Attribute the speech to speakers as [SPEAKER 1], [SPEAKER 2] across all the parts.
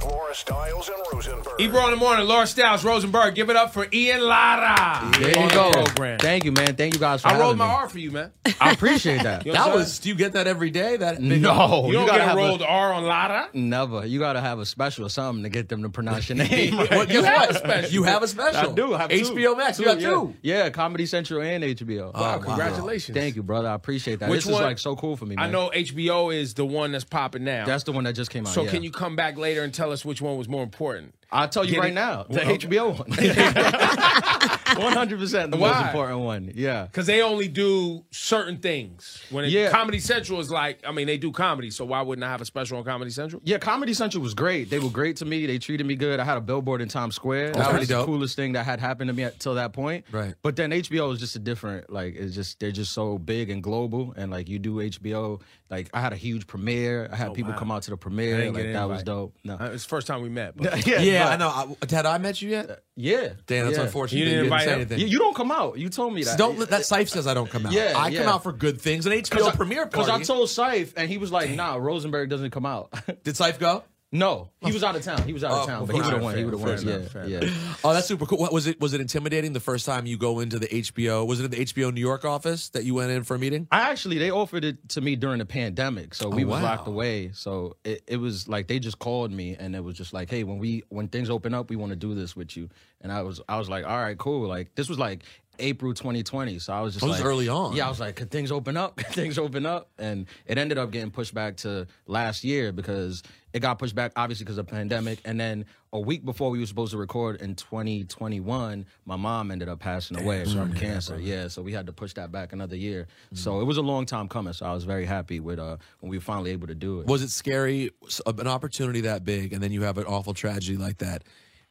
[SPEAKER 1] Laura Stiles and Rosenberg.
[SPEAKER 2] Ebro in the morning, Laura Stiles, Rosenberg. Give it up for Ian Lara.
[SPEAKER 3] There
[SPEAKER 2] on
[SPEAKER 3] you
[SPEAKER 2] the
[SPEAKER 3] go.
[SPEAKER 2] program.
[SPEAKER 3] Thank you, man. Thank you guys for
[SPEAKER 2] I rolled
[SPEAKER 3] having
[SPEAKER 2] my
[SPEAKER 3] me. Oh,
[SPEAKER 2] R for you, man.
[SPEAKER 3] I appreciate that.
[SPEAKER 2] You know
[SPEAKER 3] that
[SPEAKER 2] what I'm
[SPEAKER 3] was.
[SPEAKER 2] saying?
[SPEAKER 4] Do you get that every day? That big
[SPEAKER 3] No,
[SPEAKER 2] You don't
[SPEAKER 3] gotta
[SPEAKER 2] get
[SPEAKER 3] have
[SPEAKER 2] a
[SPEAKER 3] a-
[SPEAKER 2] rolled R on Lara.
[SPEAKER 3] Never. You gotta have a special something to get them to pronounce your name.
[SPEAKER 4] Well, guess
[SPEAKER 2] You have
[SPEAKER 4] what?
[SPEAKER 2] a special.
[SPEAKER 4] You have a special.
[SPEAKER 3] I do have two.
[SPEAKER 4] HBO Max. you got
[SPEAKER 3] yeah.
[SPEAKER 4] two.
[SPEAKER 3] Yeah, Comedy Central and HBO.
[SPEAKER 4] wow.
[SPEAKER 2] Congratulations.
[SPEAKER 3] Thank you, brother. I appreciate that.
[SPEAKER 2] Which
[SPEAKER 3] this
[SPEAKER 2] one-
[SPEAKER 3] is like so cool for me. Man.
[SPEAKER 2] I know HBO is the one that's popping now.
[SPEAKER 3] That's the one that just came out.
[SPEAKER 2] so
[SPEAKER 3] yeah.
[SPEAKER 2] can you come back later and tell us which one was more important?
[SPEAKER 3] I'll tell you
[SPEAKER 2] Get
[SPEAKER 3] right
[SPEAKER 2] it-
[SPEAKER 3] now, the
[SPEAKER 2] Well, okay.
[SPEAKER 3] HBO one. One hundred percent, the most
[SPEAKER 2] Why?
[SPEAKER 3] important one. Yeah.
[SPEAKER 2] Because they only do certain things. When it,
[SPEAKER 3] Yeah.
[SPEAKER 2] Comedy Central is like, I mean, they do comedy, so why wouldn't I have a special on Comedy Central?
[SPEAKER 3] Yeah, Comedy Central was great. They were great to me. They treated me good. I had a billboard in Times Square.
[SPEAKER 4] That's
[SPEAKER 3] That
[SPEAKER 4] pretty
[SPEAKER 3] was the
[SPEAKER 4] dope.
[SPEAKER 3] coolest thing that had happened to me at, till that point.
[SPEAKER 4] Right.
[SPEAKER 3] But then HBO is just a different. Like it's just they're just so big and global. And like you do HBO. Like I had a huge premiere. I had people come out to the premiere.
[SPEAKER 2] Oh, didn't
[SPEAKER 3] like
[SPEAKER 2] get
[SPEAKER 3] that
[SPEAKER 2] an
[SPEAKER 3] was
[SPEAKER 2] invite.
[SPEAKER 3] dope. No.
[SPEAKER 2] Uh, it's the first time we met. But
[SPEAKER 3] yeah.
[SPEAKER 4] Yeah,
[SPEAKER 3] but-
[SPEAKER 4] I know. I, had I met you yet?
[SPEAKER 3] Yeah.
[SPEAKER 4] Damn, that's
[SPEAKER 3] yeah.
[SPEAKER 4] unfortunate.
[SPEAKER 2] You
[SPEAKER 4] that
[SPEAKER 2] didn't invite
[SPEAKER 4] say
[SPEAKER 2] him?
[SPEAKER 4] anything.
[SPEAKER 3] You, you don't come out. You told me that.
[SPEAKER 4] Don't let that Sife says I don't come out.
[SPEAKER 3] Yeah,
[SPEAKER 4] I come
[SPEAKER 3] yeah.
[SPEAKER 4] out for good things. An HBO premiere
[SPEAKER 3] Because
[SPEAKER 4] party.
[SPEAKER 3] I told Sife, and he was like, "Nah, Rosenberg doesn't come out."
[SPEAKER 4] Did Sife go?
[SPEAKER 3] no, he was out of town. He was out
[SPEAKER 4] Oh,
[SPEAKER 3] of town, but he
[SPEAKER 4] fair
[SPEAKER 3] would have
[SPEAKER 4] enough,
[SPEAKER 3] won. He would have
[SPEAKER 2] fair
[SPEAKER 3] won.
[SPEAKER 2] enough,
[SPEAKER 3] Yeah,
[SPEAKER 2] fair
[SPEAKER 3] yeah.
[SPEAKER 4] Oh, that's super cool. What was it? Was it intimidating the first time you go into the HBO? Was it in the HBO New York office that you went in for a meeting?
[SPEAKER 3] I actually they offered it to me during the pandemic, so we
[SPEAKER 4] Oh,
[SPEAKER 3] was
[SPEAKER 4] wow.
[SPEAKER 3] locked away. So it, it was like they just called me and it was just like, hey, when we when things open up, we want to do this with you. And I was I was like, all right, cool. Like this was like April 2020, so I was just
[SPEAKER 4] Oh, this is
[SPEAKER 3] like-
[SPEAKER 4] early on.
[SPEAKER 3] Yeah, I was like, could things open up? Could things open up? And it ended up getting pushed back to last year because it got pushed back obviously because of the pandemic. And then a week before we were supposed to record in 2021, my mom ended up passing away from cancer. yeah, so we had to push that back another year. So it was a long time coming. So I was very happy with uh when we were finally able to do it.
[SPEAKER 4] Was it scary? S- An opportunity that big, and then you have an awful tragedy like that.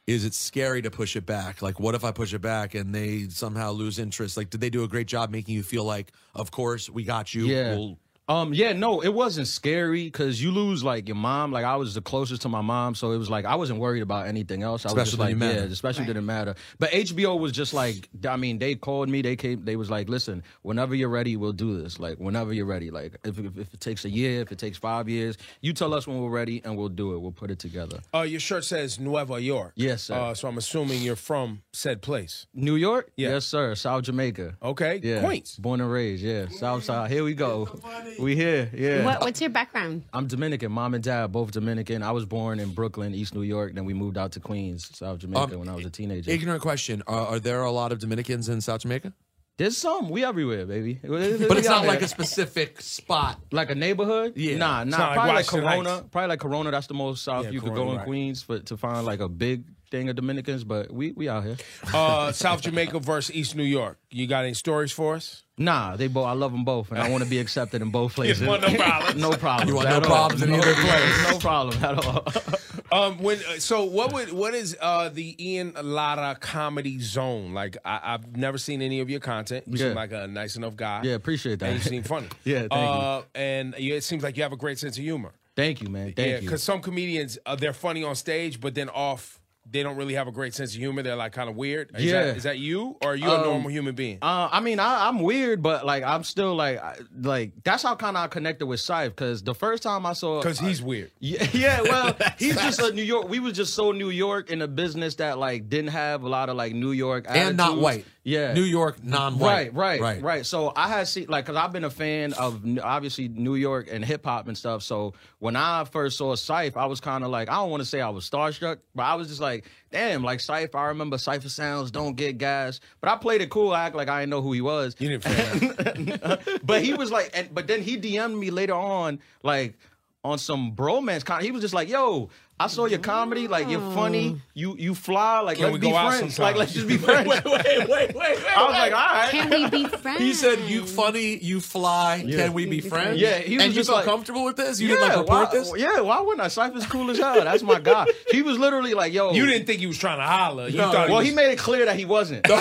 [SPEAKER 4] Is it scary to push it back? Like, what if I push it back and they somehow lose interest? Like, did they do a great job making you feel like, of course, we got you?
[SPEAKER 3] Yeah.
[SPEAKER 4] We'll-
[SPEAKER 3] um, yeah, no, it wasn't scary because you lose like your mom. Like I was the closest to my mom, so it was like I wasn't worried about anything else. I was just
[SPEAKER 4] Especially
[SPEAKER 3] like,
[SPEAKER 4] didn't matter.
[SPEAKER 3] yeah, especially didn't matter. But HBO was just like, I mean, they called me. They came. They was like, listen, whenever you're ready, we'll do this. Like whenever you're ready. Like if if, if it takes a year, if it takes five years, you tell us when we're ready, and we'll do it. We'll put it together.
[SPEAKER 2] Uh, your shirt says Nueva York.
[SPEAKER 3] Yes, sir.
[SPEAKER 2] Uh, so I'm assuming you're from said place.
[SPEAKER 3] New York,
[SPEAKER 2] Yeah.
[SPEAKER 3] yes, sir. South Jamaica.
[SPEAKER 2] Okay,
[SPEAKER 3] Yeah.
[SPEAKER 2] Queens.
[SPEAKER 3] Born and raised, yeah. South side. Here we go. We here, yeah.
[SPEAKER 5] What, what's your background?
[SPEAKER 3] I'm Dominican. Mom and dad both Dominican. I was born in Brooklyn, East New York. Then we moved out to Queens, South Jamaica,
[SPEAKER 4] Um,
[SPEAKER 3] when I was a teenager.
[SPEAKER 4] Ignorant question: are, are there a lot of Dominicans in South Jamaica?
[SPEAKER 3] There's some. We everywhere, baby.
[SPEAKER 4] But it's not like a specific spot.
[SPEAKER 3] like a neighborhood.
[SPEAKER 4] Yeah.
[SPEAKER 3] nah,
[SPEAKER 2] It's
[SPEAKER 3] nah.
[SPEAKER 2] not like
[SPEAKER 3] probably like,
[SPEAKER 2] Washington
[SPEAKER 3] Corona.
[SPEAKER 2] Heights.
[SPEAKER 3] Probably like Corona. That's the most south
[SPEAKER 2] Yeah,
[SPEAKER 3] you could
[SPEAKER 2] Corona,
[SPEAKER 3] go in
[SPEAKER 2] right.
[SPEAKER 3] Queens for to find like a big thing of Dominicans. But we we out here.
[SPEAKER 2] Uh, South Jamaica versus East New York. You got any stories for us?
[SPEAKER 3] Nah, they both. I love them both, and I want to be accepted in both places.
[SPEAKER 2] want no problems.
[SPEAKER 3] no problems.
[SPEAKER 4] You want no
[SPEAKER 3] at all.
[SPEAKER 4] problems in
[SPEAKER 3] No-
[SPEAKER 4] either place.
[SPEAKER 3] No problem at all.
[SPEAKER 2] Um, when uh, so what would what is uh the Ian Lara comedy zone like? I, I've never seen any of your content. You
[SPEAKER 3] Yeah.
[SPEAKER 2] seem like a nice enough guy.
[SPEAKER 3] Yeah, appreciate that.
[SPEAKER 2] And you seem funny.
[SPEAKER 3] Yeah, thank you.
[SPEAKER 2] uh, you. And you, it seems like you have a great sense of humor.
[SPEAKER 3] Thank you, man. Thank
[SPEAKER 2] yeah,
[SPEAKER 3] you.
[SPEAKER 2] because some comedians uh, they're funny on stage, but then off they don't really have a great sense of humor. They're like kind of weird. Is
[SPEAKER 3] Yeah.
[SPEAKER 2] that, is that you or are you a normal human being?
[SPEAKER 3] Uh, I mean, I, I'm weird, but like, I'm still like, I- like that's how kind of I connected with Scythe because the first time I saw, uh,
[SPEAKER 2] Because he's weird.
[SPEAKER 3] yeah, yeah, well, he's just a New York. We was just so New York in a business that like didn't have a lot of like New York
[SPEAKER 4] And not
[SPEAKER 3] attitudes.
[SPEAKER 4] white.
[SPEAKER 3] Yeah,
[SPEAKER 4] New York, non-white.
[SPEAKER 3] Right, right, right, So I had seen like because I've been a fan of n- obviously New York and hip hop and stuff. So when I first saw Syph, I was kind of like I don't want to say I was starstruck, but I was just like, damn, like Syph. I remember Cypher Sounds, Don't Get Gas, but I played it cool, I act like I didn't know who he was.
[SPEAKER 2] You didn't feel that.
[SPEAKER 3] but he was like, and, but then he DM'd me later on, like on some bromance. Con- he was just like, "Yo, I saw your comedy. Like you're funny. You you fly. Like
[SPEAKER 2] Mm. Can
[SPEAKER 3] let's
[SPEAKER 2] we
[SPEAKER 3] be
[SPEAKER 2] go out
[SPEAKER 3] friends.
[SPEAKER 2] sometime?"
[SPEAKER 3] Like let's just be friends."
[SPEAKER 4] Wait, wait, wait, wait.
[SPEAKER 3] I was like, "All right."
[SPEAKER 5] Can we be friends?
[SPEAKER 4] He said, "You funny, you fly. Can we be friends?"
[SPEAKER 3] Yeah, he was
[SPEAKER 4] and you
[SPEAKER 3] just
[SPEAKER 4] felt
[SPEAKER 3] like-
[SPEAKER 4] comfortable with this. You didn't like report
[SPEAKER 3] why,
[SPEAKER 4] this.
[SPEAKER 3] Yeah, why wouldn't I? Cypher's cool as hell. That's my guy. He was literally like, yo.
[SPEAKER 2] you didn't think he was trying to holler. You
[SPEAKER 4] No.
[SPEAKER 2] thought
[SPEAKER 3] Well,
[SPEAKER 2] he,
[SPEAKER 3] he
[SPEAKER 2] was-
[SPEAKER 3] made it clear that he wasn't. he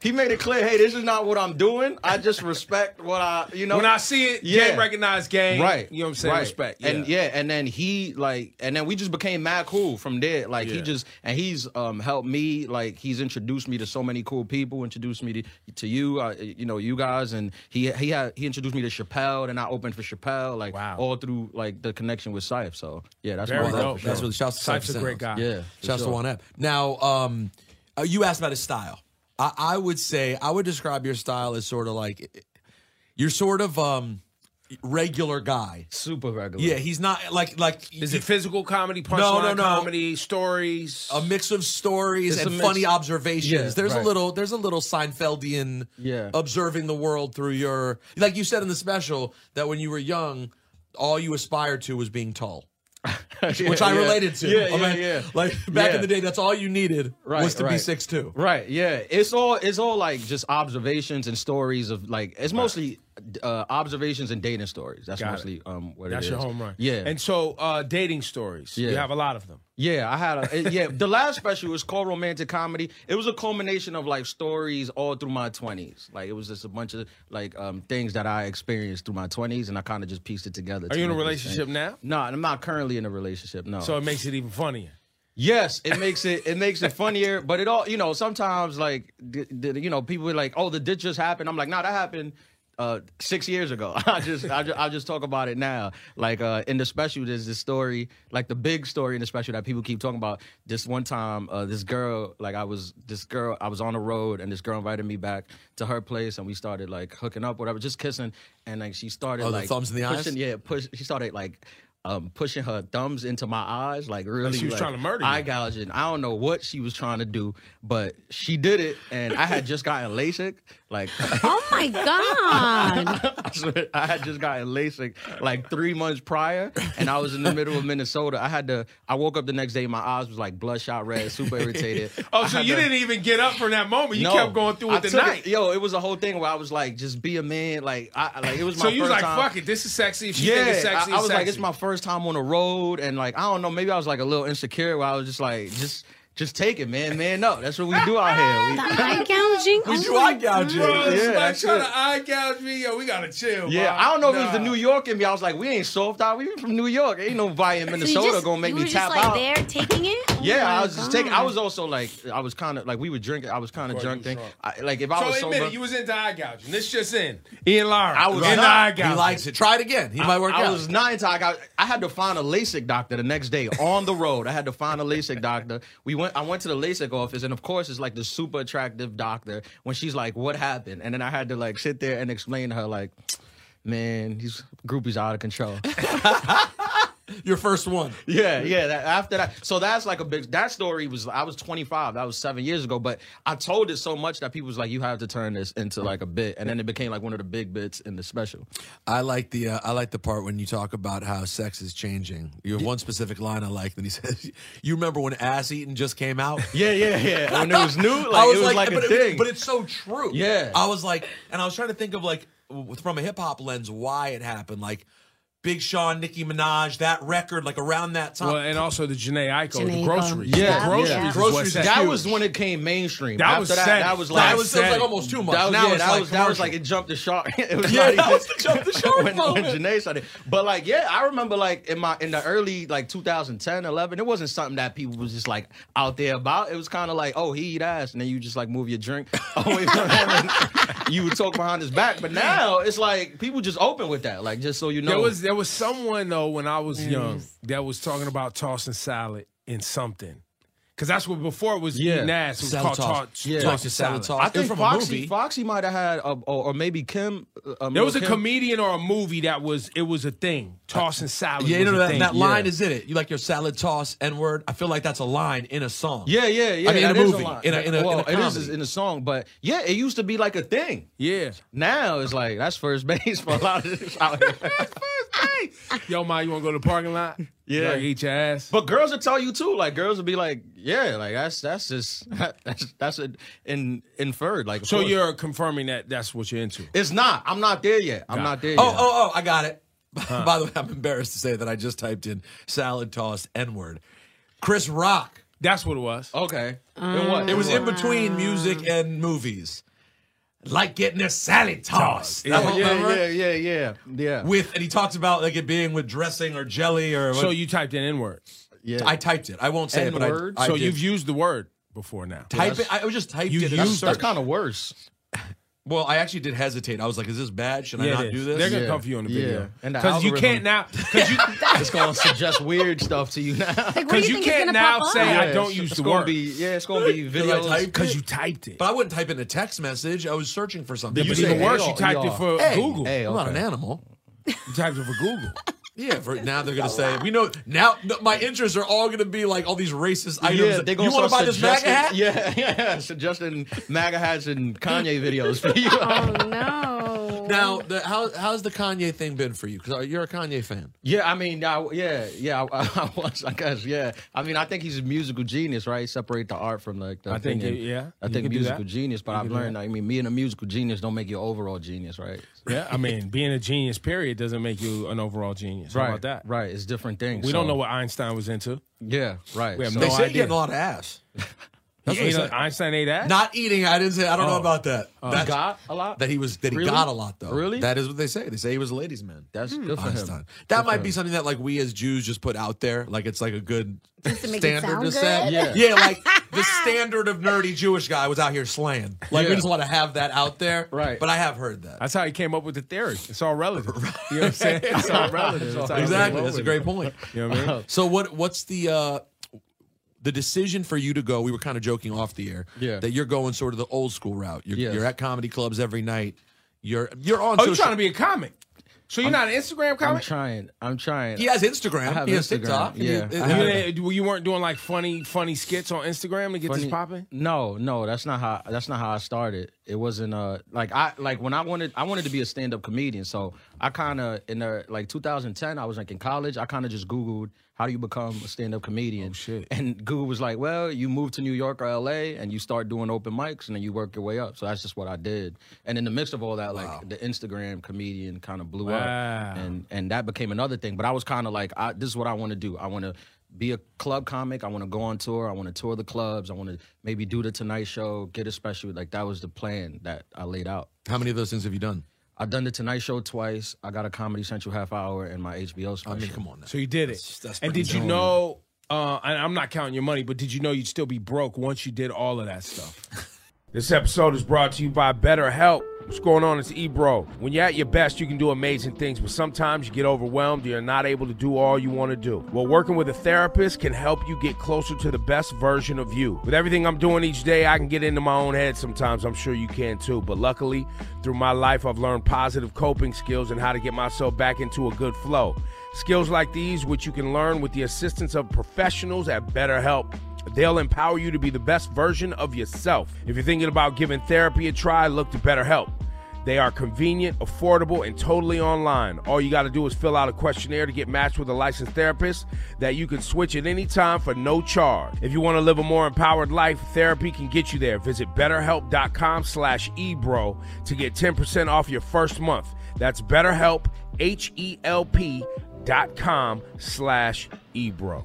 [SPEAKER 3] he made it clear, hey, this is not what I'm doing. I just respect what I, you know.
[SPEAKER 2] When I see it,
[SPEAKER 3] Yeah.
[SPEAKER 2] game recognized game.
[SPEAKER 3] Right.
[SPEAKER 2] You know what I'm saying?
[SPEAKER 3] Right.
[SPEAKER 2] Respect.
[SPEAKER 3] And yeah, and then he like and then we just became mad cool from there. Like he
[SPEAKER 2] Yeah.
[SPEAKER 3] just and he's um helped me, like he's introduced me to so many cool people, introduced me to, to you, uh, you know, you guys and he he had he introduced me to Chappelle and I opened for Chappelle like
[SPEAKER 2] Wow.
[SPEAKER 3] all through like the connection with Syfe. So, yeah, that's
[SPEAKER 2] Very
[SPEAKER 3] my
[SPEAKER 2] dope.
[SPEAKER 3] love for sure.
[SPEAKER 4] That's really shouts to
[SPEAKER 2] Sypes
[SPEAKER 4] Sypes
[SPEAKER 2] a great guy.
[SPEAKER 4] Sounds.
[SPEAKER 3] Yeah. for
[SPEAKER 4] Shouts
[SPEAKER 3] sure.
[SPEAKER 4] to One App. Now, um, uh, you asked about his style. I, I would say I would describe your style as sort of like you're sort of um regular guy.
[SPEAKER 3] super regular.
[SPEAKER 4] Yeah, he's not like like
[SPEAKER 2] Is it physical comedy, punchline
[SPEAKER 4] No, no, no.
[SPEAKER 2] comedy, stories?
[SPEAKER 4] a mix of stories
[SPEAKER 3] It's a
[SPEAKER 4] and
[SPEAKER 3] mix.
[SPEAKER 4] funny observations.
[SPEAKER 3] Yeah,
[SPEAKER 4] there's
[SPEAKER 3] right.
[SPEAKER 4] a little there's a little Seinfeldian
[SPEAKER 3] Yeah.
[SPEAKER 4] observing the world through your like you said in the special that when you were young, all you aspired to was being tall. which I
[SPEAKER 3] yeah.
[SPEAKER 4] related to.
[SPEAKER 3] Yeah,
[SPEAKER 4] I
[SPEAKER 3] yeah,
[SPEAKER 4] mean,
[SPEAKER 3] yeah.
[SPEAKER 4] Like back
[SPEAKER 3] Yeah.
[SPEAKER 4] in the day, that's all you needed
[SPEAKER 3] Right,
[SPEAKER 4] was to be
[SPEAKER 3] right.
[SPEAKER 4] six two.
[SPEAKER 3] Right. Yeah. It's all it's all like just observations and stories of like it's mostly uh, observations and dating stories. That's
[SPEAKER 2] Got it.
[SPEAKER 3] mostly um what
[SPEAKER 2] That's
[SPEAKER 3] it is.
[SPEAKER 2] your home run.
[SPEAKER 3] Yeah.
[SPEAKER 2] And so uh, dating stories. You
[SPEAKER 3] Yeah.
[SPEAKER 2] have a lot of them.
[SPEAKER 3] yeah, I had a it- yeah. The last special was called romantic comedy. It was a culmination of like stories all through my twenties. Like it was just a bunch of like um things that I experienced through my twenties, and I kind of just pieced it together.
[SPEAKER 2] Are you in a relationship now?
[SPEAKER 3] No, I'm not currently in a relationship. No.
[SPEAKER 2] So it makes it even funnier.
[SPEAKER 3] Yes, it makes it it makes it funnier, but it all you know sometimes like d- d- you know people are like oh the ditch just happened. I'm like nah that happened uh six years ago. I just I just, I just talk about it now. Like uh in the special there's this story like the big story in the special that people keep talking about. This one time uh this girl like I was this girl I was on the road and this girl invited me back to her place and we started like hooking up whatever just kissing and like she started
[SPEAKER 4] Oh, the
[SPEAKER 3] like
[SPEAKER 4] thumbs in the eyes?
[SPEAKER 3] pushing- yeah, push. She started like um, pushing her thumbs into my eyes, like really.
[SPEAKER 2] she was
[SPEAKER 3] like,
[SPEAKER 2] trying to murder
[SPEAKER 3] Eye
[SPEAKER 2] you.
[SPEAKER 3] gouging. I don't know what she was trying to do, but she did it, and I had just gotten LASIK. Like
[SPEAKER 1] Oh my god!
[SPEAKER 3] I swear, I had just gotten LASIK like three months prior, and I was in the middle of Minnesota. I had to. I woke up the next day, my eyes was like bloodshot red, super irritated.
[SPEAKER 2] Oh,
[SPEAKER 3] I
[SPEAKER 2] so
[SPEAKER 3] had
[SPEAKER 2] you
[SPEAKER 3] to-
[SPEAKER 2] didn't even get up from that moment. You kept going through
[SPEAKER 3] I
[SPEAKER 2] with the
[SPEAKER 3] took it-
[SPEAKER 2] night.
[SPEAKER 3] yo, it was a whole thing where I was like, just be a man. Like, I like it was my.
[SPEAKER 2] so you was
[SPEAKER 3] first
[SPEAKER 2] like,
[SPEAKER 3] time.
[SPEAKER 2] fuck it, this is sexy. If she think
[SPEAKER 3] Yeah,
[SPEAKER 2] it's sexy,
[SPEAKER 3] I, I was like,
[SPEAKER 2] sexy.
[SPEAKER 3] it's my first time on the road, and like, I don't know, maybe I was like a little insecure. Where I was just like, just, just take it, man, man. No, that's what we do out here.
[SPEAKER 1] The
[SPEAKER 3] We-
[SPEAKER 1] eye gouging.
[SPEAKER 4] We
[SPEAKER 1] Oh
[SPEAKER 4] do
[SPEAKER 1] my
[SPEAKER 4] eye gouging.
[SPEAKER 2] Bro,
[SPEAKER 3] Yeah,
[SPEAKER 2] somebody
[SPEAKER 3] that's
[SPEAKER 2] trying
[SPEAKER 3] it.
[SPEAKER 2] to eye gouge me. Yo, we gotta chill.
[SPEAKER 3] yeah,
[SPEAKER 2] bro.
[SPEAKER 3] I don't know if it was
[SPEAKER 2] Nah.
[SPEAKER 3] the New York in me. I was like, we ain't soft out. We from New York. Ain't nobody in
[SPEAKER 1] So you
[SPEAKER 3] Minnesota
[SPEAKER 1] just-
[SPEAKER 3] gonna make
[SPEAKER 1] you
[SPEAKER 3] me
[SPEAKER 1] were
[SPEAKER 3] tap
[SPEAKER 1] just, like,
[SPEAKER 3] out.
[SPEAKER 1] There, taking it. Oh
[SPEAKER 3] Yeah,
[SPEAKER 1] my
[SPEAKER 3] I was just taking. I
[SPEAKER 1] God.
[SPEAKER 3] was also like, I was kind of like we were drinking. I was kind of
[SPEAKER 2] course,
[SPEAKER 3] drunk.
[SPEAKER 2] you was
[SPEAKER 3] Thing,
[SPEAKER 2] drunk.
[SPEAKER 3] I, like if I was
[SPEAKER 2] So
[SPEAKER 3] sober,
[SPEAKER 2] admit it, you was into eye gouging. This just in. Ian Lara.
[SPEAKER 3] I was
[SPEAKER 2] in the
[SPEAKER 3] not.
[SPEAKER 2] eye
[SPEAKER 4] He
[SPEAKER 2] gouging.
[SPEAKER 4] likes it. Try it again. He might work
[SPEAKER 3] I
[SPEAKER 4] out.
[SPEAKER 3] was not into. I got. I had to find a LASIK doctor the next day on the road. I had to find a LASIK doctor. We went. I went to the LASIK office, and of course, it's like the super attractive doctor. When she's like, "What happened?" and then I had to like sit there and explain to her like. Man, these groupies are out of control.
[SPEAKER 4] Your first one.
[SPEAKER 3] yeah, yeah. That, after that, so that's like a big. That story was. I was 25. That was seven years ago. But I told it so much that people was like, "You have to turn this into like a bit," and then it became like one of the big bits in the special.
[SPEAKER 4] I like the uh, I like the part when you talk about how sex is changing. You have one specific line I like, and he says, "You remember when ass eating just came out?"
[SPEAKER 3] Yeah, yeah, yeah. When it was new, like,
[SPEAKER 4] I was
[SPEAKER 3] it was
[SPEAKER 4] like,
[SPEAKER 3] like, a
[SPEAKER 4] but, it-
[SPEAKER 3] thing.
[SPEAKER 4] but it's so true.
[SPEAKER 3] Yeah.
[SPEAKER 4] I was like, and I was trying to think of like w- from a hip hop lens why it happened. Like Big Sean, Nicki Minaj, that record, like around that time.
[SPEAKER 2] Well, and also the Janae Ico, the
[SPEAKER 1] Jhené Aiko.
[SPEAKER 2] groceries.
[SPEAKER 3] Yeah,
[SPEAKER 2] the
[SPEAKER 3] yeah.
[SPEAKER 2] groceries.
[SPEAKER 1] Yeah.
[SPEAKER 2] is
[SPEAKER 4] Groceries,
[SPEAKER 2] what's
[SPEAKER 4] that
[SPEAKER 3] that
[SPEAKER 2] huge.
[SPEAKER 3] was when it came mainstream.
[SPEAKER 2] That
[SPEAKER 3] After
[SPEAKER 2] was
[SPEAKER 3] that,
[SPEAKER 2] sad.
[SPEAKER 3] that was
[SPEAKER 2] That
[SPEAKER 3] like
[SPEAKER 4] that was, that was
[SPEAKER 2] said-
[SPEAKER 4] like almost too much.
[SPEAKER 3] that was,
[SPEAKER 4] now
[SPEAKER 3] yeah,
[SPEAKER 4] it's
[SPEAKER 3] that
[SPEAKER 4] like
[SPEAKER 3] was that was
[SPEAKER 4] commercial.
[SPEAKER 3] like it jumped the shark. it was
[SPEAKER 4] Yeah,
[SPEAKER 3] not
[SPEAKER 4] that
[SPEAKER 3] even-
[SPEAKER 4] was the jump the shark
[SPEAKER 3] when, when
[SPEAKER 4] moment.
[SPEAKER 3] Janae started. But like, yeah, I remember like in my in the early like 2010, 11, it wasn't something that people was just like out there about. It was kind of like, oh, he eat ass, and then you just like move your drink away from him. And you would talk behind his back. But now it's like people just open with that, like just so you know.
[SPEAKER 2] There was there was someone though when I was young that was talking about tossing salad in something. Cause that's what before it was
[SPEAKER 3] Yeah.
[SPEAKER 2] eating ass. It was
[SPEAKER 4] Salad
[SPEAKER 2] called
[SPEAKER 4] toss.
[SPEAKER 2] toss.
[SPEAKER 4] Yeah.
[SPEAKER 2] tossing
[SPEAKER 4] Tossing salad
[SPEAKER 3] I
[SPEAKER 4] toss. It was
[SPEAKER 3] think
[SPEAKER 4] from a
[SPEAKER 3] Foxy,
[SPEAKER 4] movie.
[SPEAKER 3] Foxy might have had, uh, or, or maybe Kim. Um,
[SPEAKER 2] There was a
[SPEAKER 3] Kim-
[SPEAKER 2] comedian or a movie that was it was a thing. Tossing salad.
[SPEAKER 4] Yeah, you
[SPEAKER 2] was a
[SPEAKER 4] know that,
[SPEAKER 2] thing.
[SPEAKER 4] that
[SPEAKER 3] yeah.
[SPEAKER 4] line is in it. You like your salad toss N word. I feel like that's a line in a song.
[SPEAKER 3] Yeah, yeah, yeah.
[SPEAKER 4] I mean, in
[SPEAKER 3] that
[SPEAKER 4] a
[SPEAKER 3] is
[SPEAKER 4] movie,
[SPEAKER 3] line.
[SPEAKER 4] in a- in a- in a
[SPEAKER 3] well, it is
[SPEAKER 4] comedy.
[SPEAKER 3] in a song, but yeah, it used to be like a thing.
[SPEAKER 2] Yeah.
[SPEAKER 3] Now it's like that's first base for a lot of this out here.
[SPEAKER 2] Yo, Ma, you wanna go to the parking lot?
[SPEAKER 3] Yeah.
[SPEAKER 2] Like, eat your ass.
[SPEAKER 3] But girls will tell you too. Like girls will be like, yeah, like that's that's just that's that's it in, inferred. Like of
[SPEAKER 2] so
[SPEAKER 3] course.
[SPEAKER 2] you're confirming that that's what you're into.
[SPEAKER 3] It's not. I'm not there yet. I'm not there
[SPEAKER 4] Oh,
[SPEAKER 3] yet.
[SPEAKER 4] oh, oh! I got it. By the way, I'm embarrassed to say that I just typed in salad toss N word. Chris Rock.
[SPEAKER 3] Oh,
[SPEAKER 4] oh.
[SPEAKER 2] That's what it was.
[SPEAKER 3] Okay. Then what?
[SPEAKER 4] It was in between music and movies. like getting a salad tossed. That one, remember?
[SPEAKER 3] Oh, yeah, yeah, yeah, yeah.
[SPEAKER 4] With and he talks about like it being with dressing or jelly or.
[SPEAKER 2] So
[SPEAKER 4] what-
[SPEAKER 2] you typed in N word.
[SPEAKER 3] yeah.
[SPEAKER 4] I typed it. I won't say it,
[SPEAKER 3] N-word?
[SPEAKER 4] but I, I
[SPEAKER 2] So
[SPEAKER 4] did
[SPEAKER 2] you've used the word before now.
[SPEAKER 4] type it. I was just typed
[SPEAKER 2] You
[SPEAKER 4] it. in a
[SPEAKER 2] used
[SPEAKER 3] that's,
[SPEAKER 4] search.
[SPEAKER 2] it.
[SPEAKER 3] kind of worse.
[SPEAKER 4] Well, I actually did hesitate. I was like, "Is this bad? Should I
[SPEAKER 2] Yeah,
[SPEAKER 4] not
[SPEAKER 2] it
[SPEAKER 4] do
[SPEAKER 2] is.
[SPEAKER 4] this?"
[SPEAKER 2] They're gonna
[SPEAKER 3] Yeah.
[SPEAKER 2] come for you on the
[SPEAKER 3] Yeah.
[SPEAKER 2] video
[SPEAKER 3] And the
[SPEAKER 2] because you can't
[SPEAKER 3] algorithm-
[SPEAKER 2] now because you
[SPEAKER 3] It's gonna suggest weird stuff to you now.
[SPEAKER 1] Like, where do
[SPEAKER 2] because
[SPEAKER 1] you,
[SPEAKER 2] you
[SPEAKER 1] think it's
[SPEAKER 2] can't
[SPEAKER 1] gonna
[SPEAKER 2] now
[SPEAKER 1] pop
[SPEAKER 2] say
[SPEAKER 1] up?
[SPEAKER 2] I don't use
[SPEAKER 3] it's
[SPEAKER 2] the
[SPEAKER 3] gonna
[SPEAKER 2] word
[SPEAKER 3] Be, yeah, it's gonna be
[SPEAKER 4] Did I
[SPEAKER 3] videos.
[SPEAKER 4] type
[SPEAKER 2] because
[SPEAKER 4] it?
[SPEAKER 2] you typed it.
[SPEAKER 4] But I wouldn't type it in a text message. I was searching for something.
[SPEAKER 2] But
[SPEAKER 4] But
[SPEAKER 3] you
[SPEAKER 2] even
[SPEAKER 3] say,
[SPEAKER 2] worse,
[SPEAKER 3] "Hey,
[SPEAKER 2] you typed it
[SPEAKER 3] y'all."
[SPEAKER 2] for
[SPEAKER 4] Hey,
[SPEAKER 2] Google.
[SPEAKER 3] hey,
[SPEAKER 4] I'm not an
[SPEAKER 3] okay.
[SPEAKER 4] animal.
[SPEAKER 2] You typed it for Google.
[SPEAKER 4] Yeah, for now they're gonna say we know now. th- My interests are all gonna be like all these racist items.
[SPEAKER 3] Yeah, they gonna
[SPEAKER 4] you want to
[SPEAKER 3] start
[SPEAKER 4] buy this MAGA
[SPEAKER 3] suggesting-
[SPEAKER 4] hat?
[SPEAKER 3] Yeah, yeah, suggesting MAGA hats and Kanye videos for you.
[SPEAKER 2] Uh-huh.
[SPEAKER 1] Oh no.
[SPEAKER 4] Now, the, how how's the Kanye thing been for you? Because you're a Kanye fan.
[SPEAKER 3] Yeah, I mean, I, yeah, yeah, I, I was, I guess, yeah. I mean, I think he's a musical genius, right? Separate the art from like the.
[SPEAKER 2] I think
[SPEAKER 3] opinion.
[SPEAKER 2] it- yeah,
[SPEAKER 3] I
[SPEAKER 2] you
[SPEAKER 3] think
[SPEAKER 2] could do
[SPEAKER 3] musical
[SPEAKER 2] that.
[SPEAKER 3] genius, but I've learned. I mean, being a musical genius don't make you overall genius, right?
[SPEAKER 2] Yeah, I mean, being a genius period doesn't make you an overall genius. How about that?
[SPEAKER 3] Right, it's different things.
[SPEAKER 2] We
[SPEAKER 3] so-
[SPEAKER 2] don't know what Einstein was into.
[SPEAKER 3] Yeah, right.
[SPEAKER 2] We have
[SPEAKER 3] so-
[SPEAKER 2] No
[SPEAKER 4] they say you're
[SPEAKER 2] idea.
[SPEAKER 4] getting a lot of ass.
[SPEAKER 2] He
[SPEAKER 4] what he
[SPEAKER 2] ate
[SPEAKER 4] said.
[SPEAKER 2] a- Einstein ate ass.
[SPEAKER 4] Not eating. I didn't say. I don't know about that.
[SPEAKER 3] He
[SPEAKER 4] That's-
[SPEAKER 3] Oh. got a lot.
[SPEAKER 4] that he was that he
[SPEAKER 3] Really?
[SPEAKER 4] got a lot though.
[SPEAKER 3] Really?
[SPEAKER 4] That is what they say. They say he was a ladies' man.
[SPEAKER 3] That's
[SPEAKER 2] Oh,
[SPEAKER 3] good for him.
[SPEAKER 4] Einstein. That might be something that like we as Jews just put out there. Like it's like a good
[SPEAKER 1] to make it
[SPEAKER 4] standard
[SPEAKER 1] sound
[SPEAKER 4] to set.
[SPEAKER 1] good?
[SPEAKER 4] Yeah.
[SPEAKER 3] Yeah.
[SPEAKER 4] like the standard of nerdy Jewish guy was out here slaying. Like we
[SPEAKER 3] Yeah.
[SPEAKER 4] just want to have that out there.
[SPEAKER 3] Right.
[SPEAKER 4] But I have heard that.
[SPEAKER 2] That's how he came up with the theory. It's all relative. You know what I'm saying? It's all relative. It's how he came
[SPEAKER 4] exactly.
[SPEAKER 2] up
[SPEAKER 4] That's a
[SPEAKER 2] with
[SPEAKER 4] great
[SPEAKER 2] it.
[SPEAKER 4] point.
[SPEAKER 2] You know what I mean?
[SPEAKER 4] So what what's the uh the decision for you to go, we were kind of joking off the air.
[SPEAKER 3] Yeah.
[SPEAKER 4] That you're going sort of the old school route. You're,
[SPEAKER 3] Yes.
[SPEAKER 4] you're at comedy clubs every night. You're you're on
[SPEAKER 2] Oh,
[SPEAKER 4] social
[SPEAKER 2] you're trying to be a comic? So you're not an Instagram
[SPEAKER 3] I'm
[SPEAKER 2] comic?
[SPEAKER 3] trying. I'm trying.
[SPEAKER 4] He has Instagram.
[SPEAKER 3] I have
[SPEAKER 4] he has
[SPEAKER 3] Instagram,
[SPEAKER 4] TikTok. He- uh,
[SPEAKER 3] yeah.
[SPEAKER 4] he-
[SPEAKER 3] I
[SPEAKER 2] You,
[SPEAKER 3] have-
[SPEAKER 2] didn't- you weren't doing like funny, funny skits on Instagram to get this
[SPEAKER 3] Funny-
[SPEAKER 2] popping.
[SPEAKER 3] No, no, that's not how that's not how I started. It wasn't uh like I like when I wanted I wanted to be a stand up comedian. So I kind of in the like 2010 I was like in college. I kind of just googled how do you become a stand up comedian.
[SPEAKER 2] Oh, shit.
[SPEAKER 3] And Google was like, well, you move to New York or L.A. and you start doing open mics and then you work your way up. So that's just what I did. And in the midst of all that, like the Instagram comedian kind of blew
[SPEAKER 2] Wow.
[SPEAKER 3] up, and and that became another thing. But I was kind of like, I, this is what I want to do. I want to be a club comic. I want to go on tour. I want to tour the clubs. I want to maybe do the Tonight Show, get a special. Like that was the plan that I laid out.
[SPEAKER 4] How many of those things have you done?
[SPEAKER 3] I've done the Tonight Show twice. I got a Comedy Central half hour and my HBO special.
[SPEAKER 4] I mean, come on now.
[SPEAKER 2] So you did it.
[SPEAKER 4] that's
[SPEAKER 2] and
[SPEAKER 4] pretty
[SPEAKER 2] did you
[SPEAKER 4] dope.
[SPEAKER 2] know? Uh, and I'm not counting your money, but did you know you'd still be broke once you did all of that stuff? this episode is brought to you by BetterHelp. What's going on? It's Ebro. When you're at your best, you can do amazing things, but sometimes you get overwhelmed. You're not able to do all you want to do. Well, working with a therapist can help you get closer to the best version of you. With everything I'm doing each day, I can get into my own head sometimes. I'm sure you can too. But luckily, through my life, I've learned positive coping skills and how to get myself back into a good flow. Skills like these, which you can learn with the assistance of professionals at BetterHelp. They'll empower you to be the best version of yourself. If you're thinking about giving therapy a try, look to BetterHelp. They are convenient, affordable, and totally online. All you got to do is fill out a questionnaire to get matched with a licensed therapist that you can switch at any time for no charge. If you want to live a more empowered life, therapy can get you there. Visit betterhelp.com slash ebro to get 10% off your first month. That's betterhelp, H-E-L-P dot com slash ebro.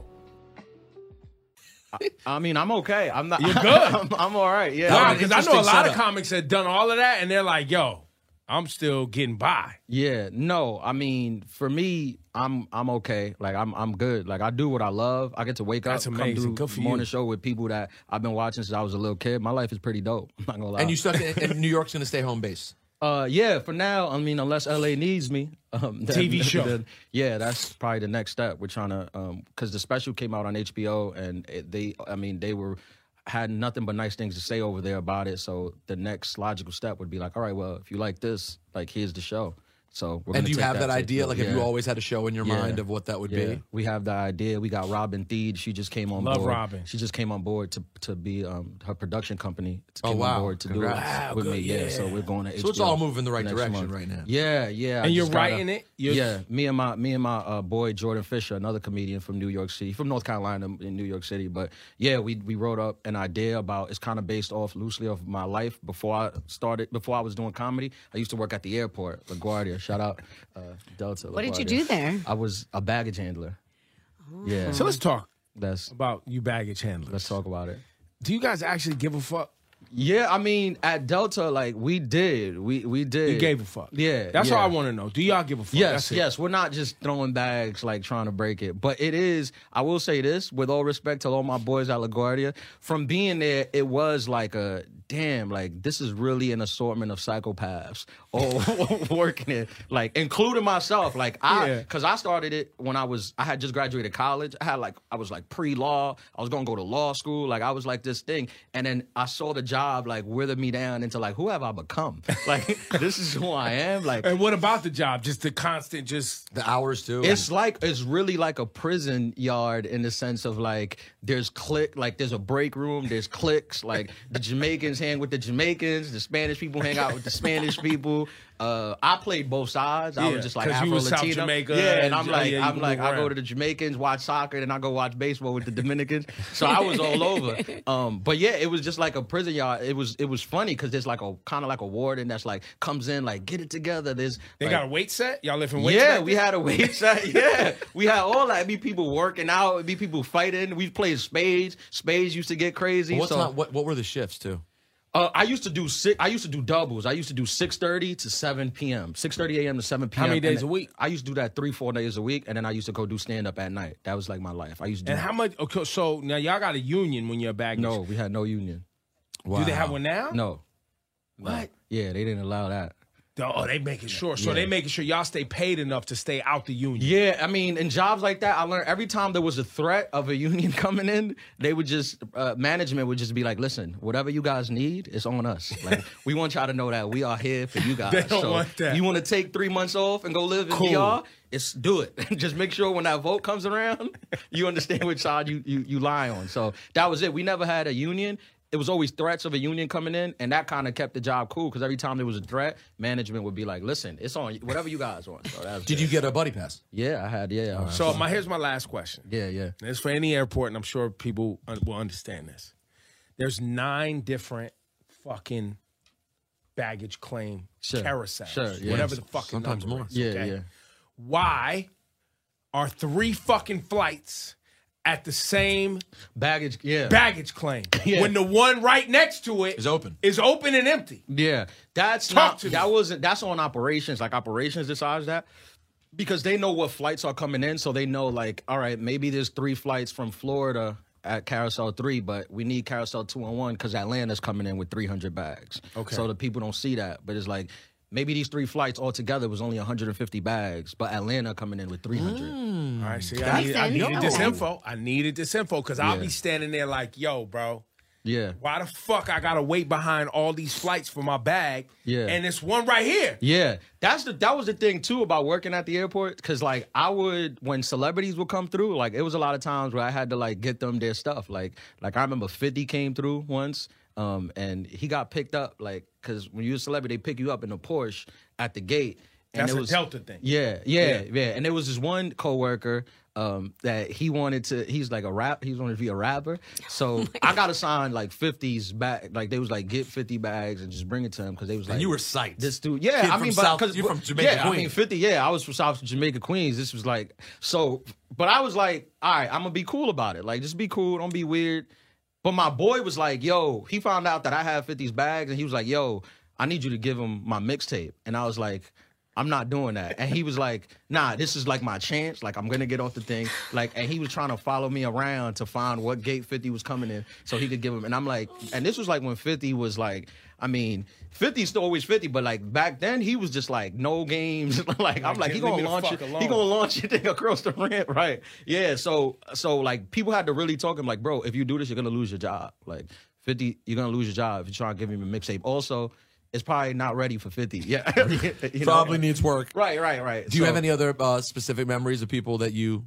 [SPEAKER 3] I mean, I'm okay. I'm not.
[SPEAKER 2] You're good.
[SPEAKER 3] I'm, I'm all right. Yeah.
[SPEAKER 4] Nah,
[SPEAKER 2] Nah,
[SPEAKER 4] an
[SPEAKER 2] because I know a
[SPEAKER 4] interesting
[SPEAKER 2] lot of
[SPEAKER 4] setup.
[SPEAKER 2] comics that done all of that, and they're like, "Yo, I'm still getting by."
[SPEAKER 3] Yeah, no, I mean, for me, I'm I'm okay. Like I'm I'm good. Like I do what I love. I get to wake
[SPEAKER 2] That's
[SPEAKER 3] up,
[SPEAKER 2] amazing.
[SPEAKER 3] come do
[SPEAKER 2] Good for you.
[SPEAKER 3] morning show with people that I've been watching since I was a little kid. My life is pretty dope. I'm not gonna lie.
[SPEAKER 4] And you stuck in, and New York's going to stay home base.
[SPEAKER 3] uh, yeah, for now, I mean, unless LA needs me, um, then-
[SPEAKER 2] TV show.
[SPEAKER 3] then- yeah, that's probably the next step. We're trying to, um, because the special came out on HBO, and it, they, I mean, they were had nothing but nice things to say over there about it. So the next logical step would be like, all right, well, if you like this, like here's the show. So we're
[SPEAKER 4] And
[SPEAKER 3] gonna
[SPEAKER 4] do you
[SPEAKER 3] take
[SPEAKER 4] have that
[SPEAKER 3] to-
[SPEAKER 4] idea? Like, have you
[SPEAKER 3] yeah.
[SPEAKER 4] always had a show in your
[SPEAKER 3] Yeah.
[SPEAKER 4] mind of what that would
[SPEAKER 3] Yeah,
[SPEAKER 4] be?
[SPEAKER 3] we have the idea. We got Robin Thede. She just came on
[SPEAKER 2] Love
[SPEAKER 3] board.
[SPEAKER 2] Robin.
[SPEAKER 3] She just came on board to to be um her production company. To
[SPEAKER 4] Oh,
[SPEAKER 3] came
[SPEAKER 4] wow.
[SPEAKER 3] on board to
[SPEAKER 4] Congrats.
[SPEAKER 3] do
[SPEAKER 2] Wow,
[SPEAKER 3] it with
[SPEAKER 2] good,
[SPEAKER 3] me. Yeah. So
[SPEAKER 2] yeah.
[SPEAKER 3] we're going to.
[SPEAKER 4] So it's
[SPEAKER 3] HBO
[SPEAKER 4] all moving the right
[SPEAKER 3] next
[SPEAKER 4] direction
[SPEAKER 3] month.
[SPEAKER 4] right now.
[SPEAKER 3] Yeah, yeah. I
[SPEAKER 2] And you're
[SPEAKER 3] just gotta-
[SPEAKER 2] writing it? You're-
[SPEAKER 3] yeah, me and my me and my uh, boy Jordan Fisher, another comedian from New York City, from North Carolina in New York City. But yeah, we we wrote up an idea about it's kind of based off loosely of my life before I started before I was doing comedy. I used to work at the airport, LaGuardia. Shout out uh, Delta.
[SPEAKER 1] What did you
[SPEAKER 3] LaGuardia.
[SPEAKER 1] do there? Oh.
[SPEAKER 3] I was a baggage handler. Yeah,
[SPEAKER 2] So let's talk
[SPEAKER 3] that's
[SPEAKER 2] about you baggage handlers.
[SPEAKER 3] let's talk about it.
[SPEAKER 2] Do you guys actually give a fuck?
[SPEAKER 3] Yeah, I mean, at Delta, like we did, we we did.
[SPEAKER 2] You gave a fuck.
[SPEAKER 3] Yeah,
[SPEAKER 2] That's
[SPEAKER 3] yeah.
[SPEAKER 2] all I want to know. Do y'all give a fuck?
[SPEAKER 3] Yes,
[SPEAKER 2] That's it.
[SPEAKER 3] yes, we're not just throwing bags like trying to break it, but it is. I will say this, with all respect to all my boys at LaGuardia, from being there, it was like a damn, like this is really an assortment of psychopaths all working it, like including myself. Like I,
[SPEAKER 2] Yeah.
[SPEAKER 3] because I started it when I was, I had just graduated college. I had like, I was like pre law. I was gonna go to law school. Like I was like this thing, and then I saw the job like wither me down into like who have I become? Like this is who I am. Like
[SPEAKER 2] And what about the job? Just the constant, just
[SPEAKER 4] The hours too.
[SPEAKER 3] it's like it's really like a prison yard in the sense of like there's click like there's a break room, there's cliques, like the Jamaicans hang with the Jamaicans, the Spanish people hang out with the Spanish people. Uh, I played both sides. I
[SPEAKER 2] Yeah,
[SPEAKER 3] was just like
[SPEAKER 2] 'cause you
[SPEAKER 3] Afro
[SPEAKER 2] was South
[SPEAKER 3] Latino.
[SPEAKER 2] Jamaica
[SPEAKER 3] yeah,
[SPEAKER 2] and-
[SPEAKER 3] and I'm
[SPEAKER 2] oh,
[SPEAKER 3] like
[SPEAKER 2] yeah, you
[SPEAKER 3] I'm
[SPEAKER 2] move
[SPEAKER 3] like I go
[SPEAKER 2] around.
[SPEAKER 3] to the Jamaicans, watch soccer, then I go watch baseball with the Dominicans. So I was all over. Um, but yeah, it was just like a prison yard. It was it was funny because there's like a kind of like a warden that's like comes in like get it together. There's
[SPEAKER 2] they
[SPEAKER 3] like,
[SPEAKER 2] got a weight set. Y'all live in weight.
[SPEAKER 3] yeah,
[SPEAKER 2] back
[SPEAKER 3] we
[SPEAKER 2] there?
[SPEAKER 3] had a wait set. Yeah, we had all that. It'd be people working out. It'd be people fighting. We played spades. Spades used to get crazy.
[SPEAKER 4] What's
[SPEAKER 3] so
[SPEAKER 4] not, what, what were the shifts too?
[SPEAKER 3] uh, I used to do six. I used to do doubles. I used to do six thirty to seven p.m. Six thirty a.m. to seven p.m.
[SPEAKER 2] many
[SPEAKER 3] And
[SPEAKER 2] days
[SPEAKER 3] then
[SPEAKER 2] a week?
[SPEAKER 3] I used to do that three, four days a week, and then I used to go do stand up at night. That was like my life. I used to. Do
[SPEAKER 2] And how much? Okay, so now y'all got a union when you're back.
[SPEAKER 3] No, we had no union.
[SPEAKER 4] Wow.
[SPEAKER 2] Do they have one now?
[SPEAKER 3] No.
[SPEAKER 2] What?
[SPEAKER 3] Yeah, they didn't allow that.
[SPEAKER 2] Oh, they making sure. So they making sure y'all stay paid enough to stay out the union.
[SPEAKER 3] Yeah, I mean, in jobs like that, I learned every time there was a threat of a union coming in, they would just uh, management would just be like, "Listen, whatever you guys need, it's on us. Like, we want y'all to know that we are here for you guys.
[SPEAKER 2] They don't
[SPEAKER 3] so
[SPEAKER 2] want that.
[SPEAKER 3] You want to take three months off and go live in
[SPEAKER 2] Cool.
[SPEAKER 3] DR? It's do it. just make sure when that vote comes around, you understand which side you, you you lie on. So that was it. We never had a union. It was always threats of a union coming in, and that kind of kept the job cool because every time there was a threat, management would be like, "Listen, it's on whatever you guys want." So that's
[SPEAKER 4] Did you get a buddy pass?
[SPEAKER 3] yeah, I had. Yeah, yeah.
[SPEAKER 2] So my here's my last question.
[SPEAKER 3] yeah, yeah.
[SPEAKER 2] And it's for any airport, and I'm sure people un- will understand this. There's nine different fucking baggage claim
[SPEAKER 3] Sure.
[SPEAKER 2] carousels,
[SPEAKER 3] Sure, yeah.
[SPEAKER 2] whatever the fucking
[SPEAKER 4] Sometimes
[SPEAKER 2] number
[SPEAKER 4] more.
[SPEAKER 2] is,
[SPEAKER 3] Yeah,
[SPEAKER 2] okay?
[SPEAKER 3] yeah.
[SPEAKER 2] Why are three fucking flights at the same
[SPEAKER 3] Baggage. Yeah.
[SPEAKER 2] baggage claim
[SPEAKER 3] Yeah.
[SPEAKER 2] when the one right next to it
[SPEAKER 4] Is open.
[SPEAKER 2] is open and empty?
[SPEAKER 3] yeah. That's
[SPEAKER 2] Talk
[SPEAKER 3] not.
[SPEAKER 2] to me.
[SPEAKER 3] That wasn't. That's on operations. Like operations decides that because they know what flights are coming in, so they know like, all right, maybe there's three flights from Florida at Carousel Three, but we need Carousel Two and One because Atlanta's coming in with 300 bags.
[SPEAKER 2] Okay.
[SPEAKER 3] So the people don't see that, but it's like. Maybe these three flights altogether was only 150 bags, but Atlanta coming in with 300.
[SPEAKER 2] All right, see, I, needed, I
[SPEAKER 1] sense.
[SPEAKER 2] needed this
[SPEAKER 1] No.
[SPEAKER 2] info. I needed this info because I'll be standing there like, yo, bro.
[SPEAKER 3] Yeah.
[SPEAKER 2] why the fuck I gotta wait behind all these flights for my bag?
[SPEAKER 3] Yeah.
[SPEAKER 2] And this one right here.
[SPEAKER 3] Yeah, that's the that was the thing too about working at the airport because like I would when celebrities would come through, like it was a lot of times where I had to like get them their stuff. Like like I remember Fifty came through once, um, and he got picked up like because when you're a celebrity, they pick you up in a Porsche at the gate. And
[SPEAKER 2] That's
[SPEAKER 3] it
[SPEAKER 2] a
[SPEAKER 3] was,
[SPEAKER 2] Delta thing.
[SPEAKER 3] yeah, yeah, yeah, And there was this one coworker um, that he wanted to. He's like a rap. He wanted to be a rapper. So I got assigned like fifties bag. Like they was like get fifty bags and just bring it to him because they was like
[SPEAKER 4] you were psyched.
[SPEAKER 3] This dude, yeah.
[SPEAKER 4] Kid
[SPEAKER 3] I
[SPEAKER 4] from
[SPEAKER 3] mean,
[SPEAKER 4] South-
[SPEAKER 3] but because
[SPEAKER 4] you're from Jamaica,
[SPEAKER 3] yeah, I mean
[SPEAKER 4] Queens.
[SPEAKER 3] fifty. Yeah, I was from South Jamaica Queens. This was like so. But I was like, all right, I'm gonna be cool about it. Like just be cool. Don't be weird. But my boy was like, yo, he found out that I had 50s bags and he was like, yo, I need you to give him my mixtape. And I was like, I'm not doing that. And he was like, nah, this is like my chance. Like, I'm gonna get off the thing. Like, and he was trying to follow me around to find what gate 50 was coming in so he could give him. And I'm like, and this was like when 50 was like, I mean, 50's still always 50, but like back then he was just like no games. like I'm like, he
[SPEAKER 2] leave me
[SPEAKER 3] gonna
[SPEAKER 2] the
[SPEAKER 3] launch
[SPEAKER 2] fuck
[SPEAKER 3] it.
[SPEAKER 2] alone.
[SPEAKER 3] He gonna launch your thing across the ramp, right? Yeah. So so like people had to really talk him like, bro, if you do this, you're gonna lose your job. Like fifty, you're gonna lose your job if you try to give him a mixtape. Also, it's probably not ready for fifty. Yeah, You know?
[SPEAKER 4] Probably needs work.
[SPEAKER 3] Right, right, right.
[SPEAKER 4] Do you
[SPEAKER 3] So-
[SPEAKER 4] have any other uh, specific memories of people that you,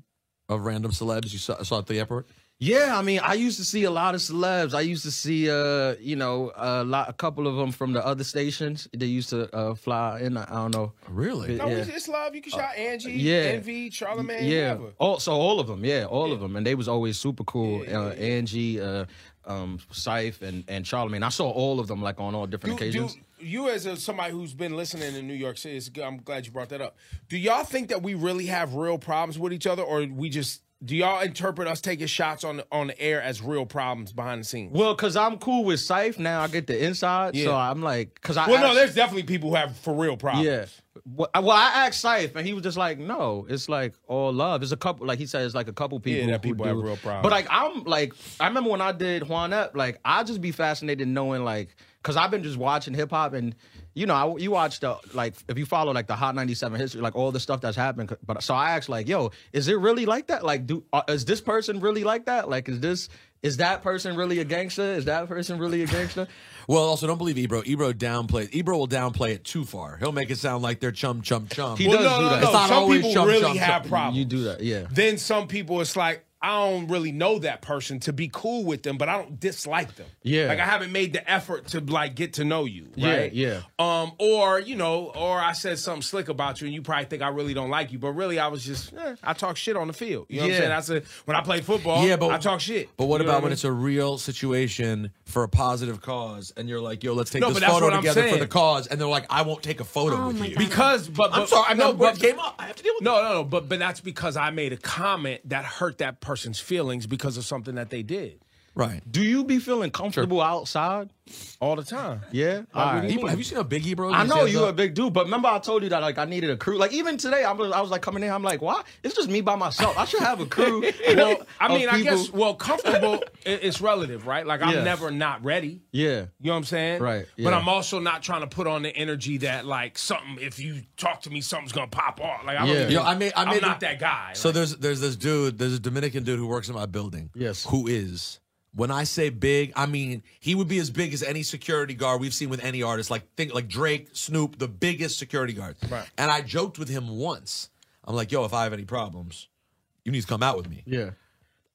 [SPEAKER 4] of random celebs you saw, saw at the airport?
[SPEAKER 3] Yeah, I mean, I used to see a lot of celebs. I used to see, uh, you know, a lot, a couple of them from the other stations. They used to uh, fly in. I don't know.
[SPEAKER 4] Really?
[SPEAKER 2] No,
[SPEAKER 3] Yeah. Uh,
[SPEAKER 2] it's, it's Oh, love. You can shout Angie,
[SPEAKER 3] yeah.
[SPEAKER 2] Envy, Charlemagne,
[SPEAKER 3] yeah.
[SPEAKER 2] whatever.
[SPEAKER 3] All, so all of them, yeah, all of them, and they was always super cool. uh, Angie, uh, um, Syfe, and and Charlemagne. I saw all of them like on all different
[SPEAKER 2] Do, do,
[SPEAKER 3] occasions.
[SPEAKER 2] you as a, somebody who's been listening in New York City, it's good- I'm glad you brought that up. Do y'all think that we really have real problems with each other, or we just do y'all interpret us taking shots on the, on the air as real problems behind the scenes?
[SPEAKER 3] Well, cause I'm cool with Safe now. I get the inside, so
[SPEAKER 2] Yeah.
[SPEAKER 3] I'm like, cause I
[SPEAKER 2] Well, no,
[SPEAKER 3] asked-
[SPEAKER 2] there's definitely people who have for real problems.
[SPEAKER 3] yeah. Well, I- well, I asked Saif, and he was just like, "No, it's like all love. It's a couple, like he said, it's like a couple people.
[SPEAKER 2] that
[SPEAKER 3] who
[SPEAKER 2] people
[SPEAKER 3] do-
[SPEAKER 2] have real problems.
[SPEAKER 3] But like, I'm like, I remember when I did Juan Up, like I just be fascinated knowing like, cause I've been just watching hip hop, and you know, I, you watch the like, if you follow like the Hot 97 history, like all the stuff that's happened. c- But so I asked like, "Yo, is it really like that? Like, do uh, is this person really like that? Like, is this?" Is that person really a gangster? Is that person really a gangster?
[SPEAKER 4] Well, also don't believe Ebro. Ebro downplay. Ebro will downplay it too far. He'll make it sound like they're chum chum chum.
[SPEAKER 3] He
[SPEAKER 2] Well,
[SPEAKER 3] does
[SPEAKER 2] no,
[SPEAKER 3] do
[SPEAKER 2] no,
[SPEAKER 3] that.
[SPEAKER 2] no.
[SPEAKER 4] It's not
[SPEAKER 2] Some
[SPEAKER 4] always
[SPEAKER 2] people
[SPEAKER 4] chum,
[SPEAKER 2] really
[SPEAKER 4] chum,
[SPEAKER 2] have
[SPEAKER 4] chum.
[SPEAKER 2] problems.
[SPEAKER 3] you do that, yeah.
[SPEAKER 2] Then some people, it's like I don't really know that person to be cool with them, but I don't dislike them.
[SPEAKER 3] Yeah.
[SPEAKER 2] like I haven't made the effort to like get to know you. Right?
[SPEAKER 3] Yeah,
[SPEAKER 2] Um, or you know, or I said something slick about you, and you probably think I really don't like you, but really I was just eh, I talk shit on the field. You know
[SPEAKER 3] Yeah.
[SPEAKER 2] what I'm saying? I said when I play football,
[SPEAKER 4] Yeah, but
[SPEAKER 2] Oh, I talk shit.
[SPEAKER 4] But what
[SPEAKER 2] You know
[SPEAKER 4] about
[SPEAKER 2] I
[SPEAKER 4] when
[SPEAKER 2] mean?
[SPEAKER 4] it's a real situation for a positive cause, and you're like, "Yo, let's take
[SPEAKER 2] No,
[SPEAKER 4] this
[SPEAKER 2] but that's
[SPEAKER 4] photo
[SPEAKER 2] what I'm
[SPEAKER 4] together for
[SPEAKER 2] saying.
[SPEAKER 4] the cause," and they're like, "I won't take a photo
[SPEAKER 1] Oh
[SPEAKER 4] with
[SPEAKER 1] my
[SPEAKER 4] you."
[SPEAKER 1] God.
[SPEAKER 2] because but, but
[SPEAKER 4] I'm sorry, I'm
[SPEAKER 2] no,
[SPEAKER 4] not. What
[SPEAKER 2] but-
[SPEAKER 4] came up? I have to deal with.
[SPEAKER 2] No, no, no. But but that's because I made a comment that hurt that person's feelings because of something that they did
[SPEAKER 4] it. Right.
[SPEAKER 3] Do you be feeling comfortable outside?
[SPEAKER 2] all the time.
[SPEAKER 3] Yeah.
[SPEAKER 2] what do you
[SPEAKER 4] Ebro, have you seen how big Ebro? is?
[SPEAKER 3] I
[SPEAKER 4] He
[SPEAKER 3] know
[SPEAKER 4] stands
[SPEAKER 3] you
[SPEAKER 4] up?
[SPEAKER 3] a big dude, but remember I told you that like I needed a crew. Like even today, I was I was like coming in, I'm like, why? It's just me by myself. I should have a crew.
[SPEAKER 2] Well,
[SPEAKER 3] of
[SPEAKER 2] I mean, I
[SPEAKER 3] people.
[SPEAKER 2] guess well, comfortable i- it's relative, right? Like I'm
[SPEAKER 3] Yeah.
[SPEAKER 2] never not ready.
[SPEAKER 3] Yeah.
[SPEAKER 2] You know what I'm saying?
[SPEAKER 3] Right,
[SPEAKER 2] But
[SPEAKER 3] yeah.
[SPEAKER 2] I'm also not trying to put on the energy that like something. If you talk to me, something's gonna pop off. Like I don't.
[SPEAKER 3] Yeah.
[SPEAKER 2] even-
[SPEAKER 4] Yo, I made- I
[SPEAKER 2] I'm
[SPEAKER 4] made
[SPEAKER 2] not
[SPEAKER 4] a-
[SPEAKER 2] that guy.
[SPEAKER 4] So
[SPEAKER 2] Like,
[SPEAKER 4] there's there's this dude, there's a Dominican dude who works in my building.
[SPEAKER 3] Yes.
[SPEAKER 4] Who is when I say big, I mean he would be as big as any security guard we've seen with any artist, like think like Drake, Snoop, the biggest security guards.
[SPEAKER 2] Right.
[SPEAKER 4] And I joked with him once. I'm like, yo, if I have any problems, you need to come out with me.
[SPEAKER 3] Yeah.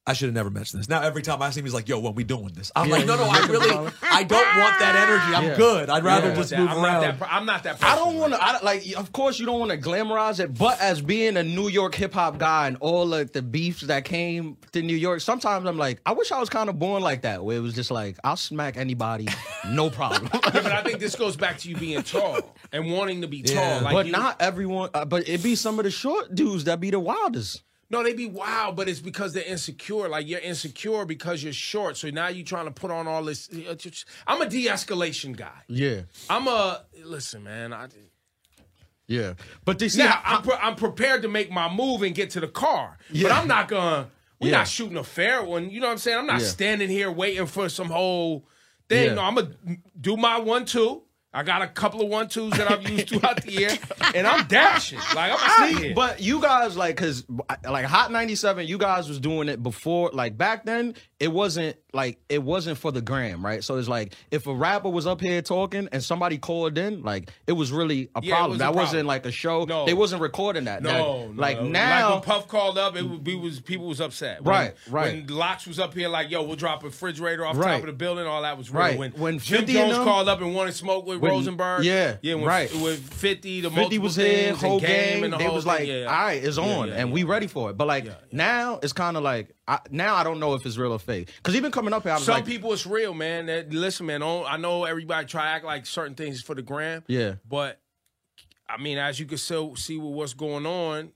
[SPEAKER 4] I should have never mentioned this. Now every time I see him, he's like, yo, when we doing this? I'm like, no, no, I really, I don't want that energy. I'm
[SPEAKER 3] Yeah.
[SPEAKER 4] good. I'd rather
[SPEAKER 3] Yeah.
[SPEAKER 4] just
[SPEAKER 2] that-
[SPEAKER 4] move
[SPEAKER 2] I'm
[SPEAKER 4] around.
[SPEAKER 2] Not that, per- I'm not that.
[SPEAKER 3] I
[SPEAKER 2] Person,
[SPEAKER 3] don't want to. Like, of course, you don't want to glamorize it, but as being a New York hip hop guy and all like the beefs that came to New York, sometimes I'm like, I wish I was kind of born like that, where it was just like, I'll smack anybody, no problem.
[SPEAKER 2] Yeah, but I think this goes back to you being tall and wanting to be
[SPEAKER 4] Yeah.
[SPEAKER 2] tall. Like
[SPEAKER 3] but
[SPEAKER 2] you-
[SPEAKER 3] not everyone. Uh, but it be some of the short dudes that be the wildest.
[SPEAKER 2] No, they be wild, but it's because they're insecure. Like you're insecure because you're short. So now you're trying to put on all this. I'm a de-escalation guy.
[SPEAKER 3] Yeah,
[SPEAKER 2] I'm a listen, man. I,
[SPEAKER 3] yeah. But they see,
[SPEAKER 2] now I'm pre- I'm prepared to make my move and get to the car, but
[SPEAKER 3] Yeah.
[SPEAKER 2] I'm not gonna. We're
[SPEAKER 3] Yeah.
[SPEAKER 2] not shooting a fair one. You know what I'm saying? I'm not
[SPEAKER 3] Yeah.
[SPEAKER 2] standing here waiting for some whole thing.
[SPEAKER 3] Yeah.
[SPEAKER 2] No, I'm gonna do my one two. I got a couple of one twos that I've used throughout the year, and I'm dashing like I'm
[SPEAKER 3] See,
[SPEAKER 2] seeing.
[SPEAKER 3] but you guys like because like Hot ninety seven, you guys was doing it before. Like back then, it wasn't like it wasn't for the gram, right? So it's like if a rapper was up here talking and somebody called in, like it was really a
[SPEAKER 2] Yeah, it
[SPEAKER 3] problem.
[SPEAKER 2] was a
[SPEAKER 3] that
[SPEAKER 2] problem.
[SPEAKER 3] wasn't like a show.
[SPEAKER 2] No.
[SPEAKER 3] They wasn't recording that.
[SPEAKER 2] No,
[SPEAKER 3] That-
[SPEAKER 2] no,
[SPEAKER 3] like
[SPEAKER 2] no.
[SPEAKER 3] now,
[SPEAKER 2] like when Puff called up, it would be was people was upset. When-
[SPEAKER 3] Right, right.
[SPEAKER 2] When Locks was up here, like, yo, we'll drop a refrigerator off top
[SPEAKER 3] Right.
[SPEAKER 2] of the building, all that was real.
[SPEAKER 3] Right.
[SPEAKER 2] When,
[SPEAKER 3] When
[SPEAKER 2] Jim
[SPEAKER 3] 50 and
[SPEAKER 2] Jones
[SPEAKER 3] them-
[SPEAKER 2] called up and wanted smoke with
[SPEAKER 3] When-
[SPEAKER 2] Rosenberg,
[SPEAKER 3] yeah,
[SPEAKER 2] yeah, when,
[SPEAKER 3] right.
[SPEAKER 2] When Fifty, the
[SPEAKER 3] 50 was here, whole game.
[SPEAKER 2] and the
[SPEAKER 3] they
[SPEAKER 2] whole
[SPEAKER 3] was
[SPEAKER 2] thing,
[SPEAKER 3] like,
[SPEAKER 2] yeah.
[SPEAKER 3] all right, it's
[SPEAKER 2] Yeah,
[SPEAKER 3] on,
[SPEAKER 2] yeah,
[SPEAKER 3] and
[SPEAKER 2] yeah.
[SPEAKER 3] we ready for it. But like now, it's kind of like I, now I don't know if it's real or fake. Because even coming up here, I was
[SPEAKER 2] Some
[SPEAKER 3] like,
[SPEAKER 2] people, it's real, man. That- listen, man, don't- I know everybody try to act like certain things is for the gram.
[SPEAKER 3] Yeah.
[SPEAKER 2] But, I mean, as you can so see with what's going on,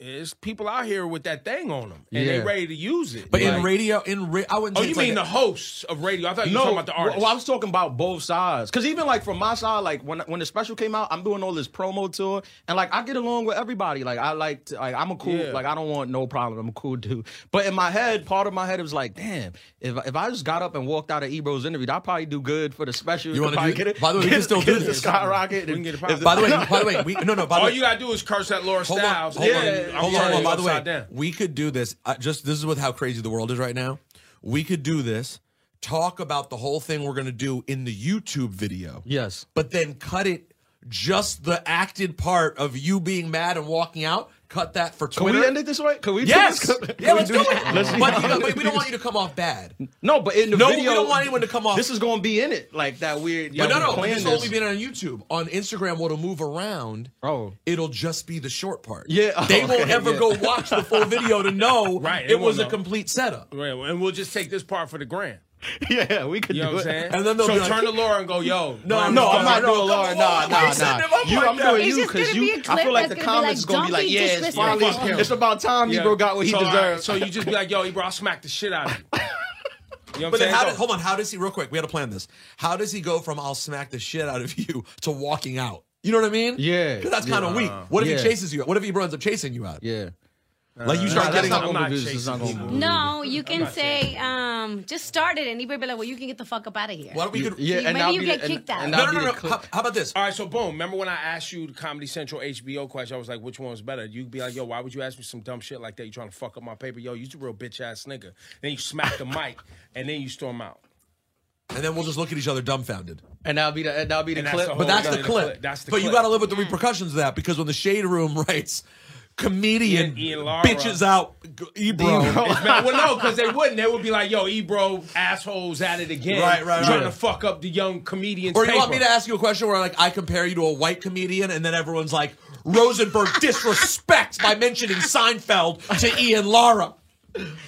[SPEAKER 2] it's people out here with that thing on them, and they
[SPEAKER 3] Yeah.
[SPEAKER 2] ready to use it.
[SPEAKER 4] but in
[SPEAKER 2] Like-
[SPEAKER 4] radio, in ra- I wouldn't.
[SPEAKER 2] Oh,
[SPEAKER 4] say
[SPEAKER 2] you
[SPEAKER 4] it's like
[SPEAKER 2] mean
[SPEAKER 4] a-
[SPEAKER 2] the hosts of radio? I thought you were
[SPEAKER 3] no,
[SPEAKER 2] talking about the artists.
[SPEAKER 3] well, I was talking about both sides. Because even like from my side, like when when the special came out, I'm doing all this promo tour, and like I get along with everybody. Like I like, to, like I'm a cool,
[SPEAKER 2] Yeah.
[SPEAKER 3] like I don't want no problem. I'm a cool dude. But in my head, part of my head was like, damn, if if I just got up and walked out of Ebro's interview, I'd probably do good for the special.
[SPEAKER 4] You wanna
[SPEAKER 3] Probably
[SPEAKER 4] do-
[SPEAKER 3] get it?
[SPEAKER 4] by the way, we
[SPEAKER 3] get,
[SPEAKER 4] can still do
[SPEAKER 3] get the
[SPEAKER 4] this.
[SPEAKER 3] skyrocket.
[SPEAKER 2] We can
[SPEAKER 3] and-
[SPEAKER 2] get it
[SPEAKER 3] if
[SPEAKER 4] By the way, by the way, we no no. By the
[SPEAKER 2] All
[SPEAKER 4] way,
[SPEAKER 2] you gotta do is curse at Laura
[SPEAKER 4] Hold on,
[SPEAKER 2] Styles.
[SPEAKER 4] hold on,
[SPEAKER 2] yeah, yeah,
[SPEAKER 4] hold on. Oh, by the way,
[SPEAKER 2] upside down.
[SPEAKER 4] we could do this. I just this is with how crazy the world is right now. We could do this. Talk about the whole thing we're gonna do in the YouTube video.
[SPEAKER 3] Yes.
[SPEAKER 4] but then cut it. Just the acted part of you being mad and walking out. Cut that for
[SPEAKER 3] Can
[SPEAKER 4] Twitter.
[SPEAKER 3] we end it this way? Can we? do
[SPEAKER 4] Yes.
[SPEAKER 3] this?
[SPEAKER 4] yeah, let's do
[SPEAKER 3] this?
[SPEAKER 4] it.
[SPEAKER 3] Let's see
[SPEAKER 4] but
[SPEAKER 3] how
[SPEAKER 4] you know,
[SPEAKER 3] this
[SPEAKER 4] but we don't want you to come off bad.
[SPEAKER 3] No, but in the
[SPEAKER 4] No, we
[SPEAKER 3] video,
[SPEAKER 4] don't want anyone to come off-
[SPEAKER 3] This is going to be in it, like that weird.
[SPEAKER 4] But no,
[SPEAKER 3] yeah, we
[SPEAKER 4] no, but
[SPEAKER 3] planned
[SPEAKER 4] it's
[SPEAKER 3] this.
[SPEAKER 4] only been on YouTube. On Instagram, what'll move around,
[SPEAKER 3] Oh.
[SPEAKER 4] it'll just be the short part.
[SPEAKER 3] Yeah,
[SPEAKER 4] they
[SPEAKER 3] okay,
[SPEAKER 4] won't ever
[SPEAKER 3] yeah.
[SPEAKER 4] go watch the full video to know
[SPEAKER 2] Right, they
[SPEAKER 4] it was
[SPEAKER 2] won't
[SPEAKER 4] a
[SPEAKER 2] know.
[SPEAKER 4] complete setup.
[SPEAKER 2] Right, and we'll just take this part for the gram.
[SPEAKER 3] yeah, we could
[SPEAKER 2] You know
[SPEAKER 3] do
[SPEAKER 2] what I'm
[SPEAKER 3] it.
[SPEAKER 2] saying?
[SPEAKER 4] And then they'll
[SPEAKER 2] so
[SPEAKER 4] be like-
[SPEAKER 2] turn to Laura and go, yo.
[SPEAKER 4] No,
[SPEAKER 3] No, I'm not
[SPEAKER 4] No,
[SPEAKER 3] doing Laura.
[SPEAKER 4] come
[SPEAKER 3] Nah,
[SPEAKER 4] on,
[SPEAKER 3] nah,
[SPEAKER 4] you setting him
[SPEAKER 3] nah.
[SPEAKER 4] up
[SPEAKER 3] You,
[SPEAKER 4] like
[SPEAKER 3] I'm
[SPEAKER 4] that.
[SPEAKER 3] doing
[SPEAKER 1] It's
[SPEAKER 3] you
[SPEAKER 1] just
[SPEAKER 3] because
[SPEAKER 1] gonna be a
[SPEAKER 3] you. I feel like
[SPEAKER 1] clip
[SPEAKER 3] the
[SPEAKER 1] that's gonna be
[SPEAKER 3] comments
[SPEAKER 1] like,
[SPEAKER 3] gonna be like,
[SPEAKER 1] "Donkey
[SPEAKER 3] yeah,
[SPEAKER 1] just
[SPEAKER 3] it's
[SPEAKER 1] listened
[SPEAKER 3] finally.
[SPEAKER 2] to Fuck him."
[SPEAKER 3] It's about time
[SPEAKER 2] Yeah.
[SPEAKER 3] Ebro got what he
[SPEAKER 2] So, all right,
[SPEAKER 3] deserves.
[SPEAKER 2] so you just be like, yo, Ebro, I'll smack the shit out of you. You know what
[SPEAKER 4] But then
[SPEAKER 2] I'm
[SPEAKER 4] how
[SPEAKER 2] saying?
[SPEAKER 4] did, hold on, how does he real quick? We had to plan this. How does he go from I'll smack the shit out of you to walking out? You know what I mean?
[SPEAKER 3] Yeah.
[SPEAKER 4] 'Cause that's kind of
[SPEAKER 3] Yeah.
[SPEAKER 4] weak. What if
[SPEAKER 3] Yeah.
[SPEAKER 4] he chases you? out? What if he runs up chasing you out?
[SPEAKER 3] yeah.
[SPEAKER 4] Like you
[SPEAKER 2] Nah,
[SPEAKER 4] start
[SPEAKER 2] that's
[SPEAKER 4] getting
[SPEAKER 2] not
[SPEAKER 4] up.
[SPEAKER 2] I'm not
[SPEAKER 3] do this.
[SPEAKER 2] chasing
[SPEAKER 3] It's not gonna
[SPEAKER 2] people.
[SPEAKER 3] do this.
[SPEAKER 1] No, you can
[SPEAKER 2] not
[SPEAKER 1] say, um, just start it, and everybody be like, well, you can get the fuck up out of here.
[SPEAKER 4] Why don't we? Could,
[SPEAKER 3] Yeah,
[SPEAKER 1] You-
[SPEAKER 3] and
[SPEAKER 1] maybe
[SPEAKER 3] I'll
[SPEAKER 1] you
[SPEAKER 3] be
[SPEAKER 1] get
[SPEAKER 3] the- and-
[SPEAKER 1] kicked out.
[SPEAKER 3] and
[SPEAKER 4] No,
[SPEAKER 3] I'll
[SPEAKER 4] no,
[SPEAKER 3] be
[SPEAKER 4] no,
[SPEAKER 3] the
[SPEAKER 4] no.
[SPEAKER 3] clip.
[SPEAKER 4] How, how about this?
[SPEAKER 2] All right, so boom. Remember when I asked you the Comedy Central HBO question? I was like, which one's better? You'd be like, yo, why would you ask me some dumb shit like that? You trying to fuck up my paper? Yo, you's a real bitch ass nigga. Then you smack the mic, and then you storm out.
[SPEAKER 4] And then we'll just look at each other dumbfounded.
[SPEAKER 3] And that'll be the. And that'll be the
[SPEAKER 2] And that's
[SPEAKER 3] clip.
[SPEAKER 2] the
[SPEAKER 3] But
[SPEAKER 2] whole-
[SPEAKER 3] that,
[SPEAKER 4] That's the
[SPEAKER 2] Yeah,
[SPEAKER 4] clip.
[SPEAKER 2] that's the
[SPEAKER 4] but you
[SPEAKER 2] clip.
[SPEAKER 4] got to live
[SPEAKER 3] Mm.
[SPEAKER 4] with the repercussions of that because when the shade room writes,
[SPEAKER 2] Ian-
[SPEAKER 4] comedian
[SPEAKER 2] Ian Lara.
[SPEAKER 4] bitches out g- Ebro.
[SPEAKER 2] It's bad. Oh, well, no, because they wouldn't. They would be like, yo, Ebro, assholes at it again.
[SPEAKER 4] Right, right,
[SPEAKER 2] Trying
[SPEAKER 4] right.
[SPEAKER 2] to fuck up the young comedians.
[SPEAKER 4] Or you want me
[SPEAKER 2] paper.
[SPEAKER 4] to ask you a question where like I compare you to a white comedian and then everyone's like Rosenberg disrespects by mentioning Seinfeld to Ian Lara.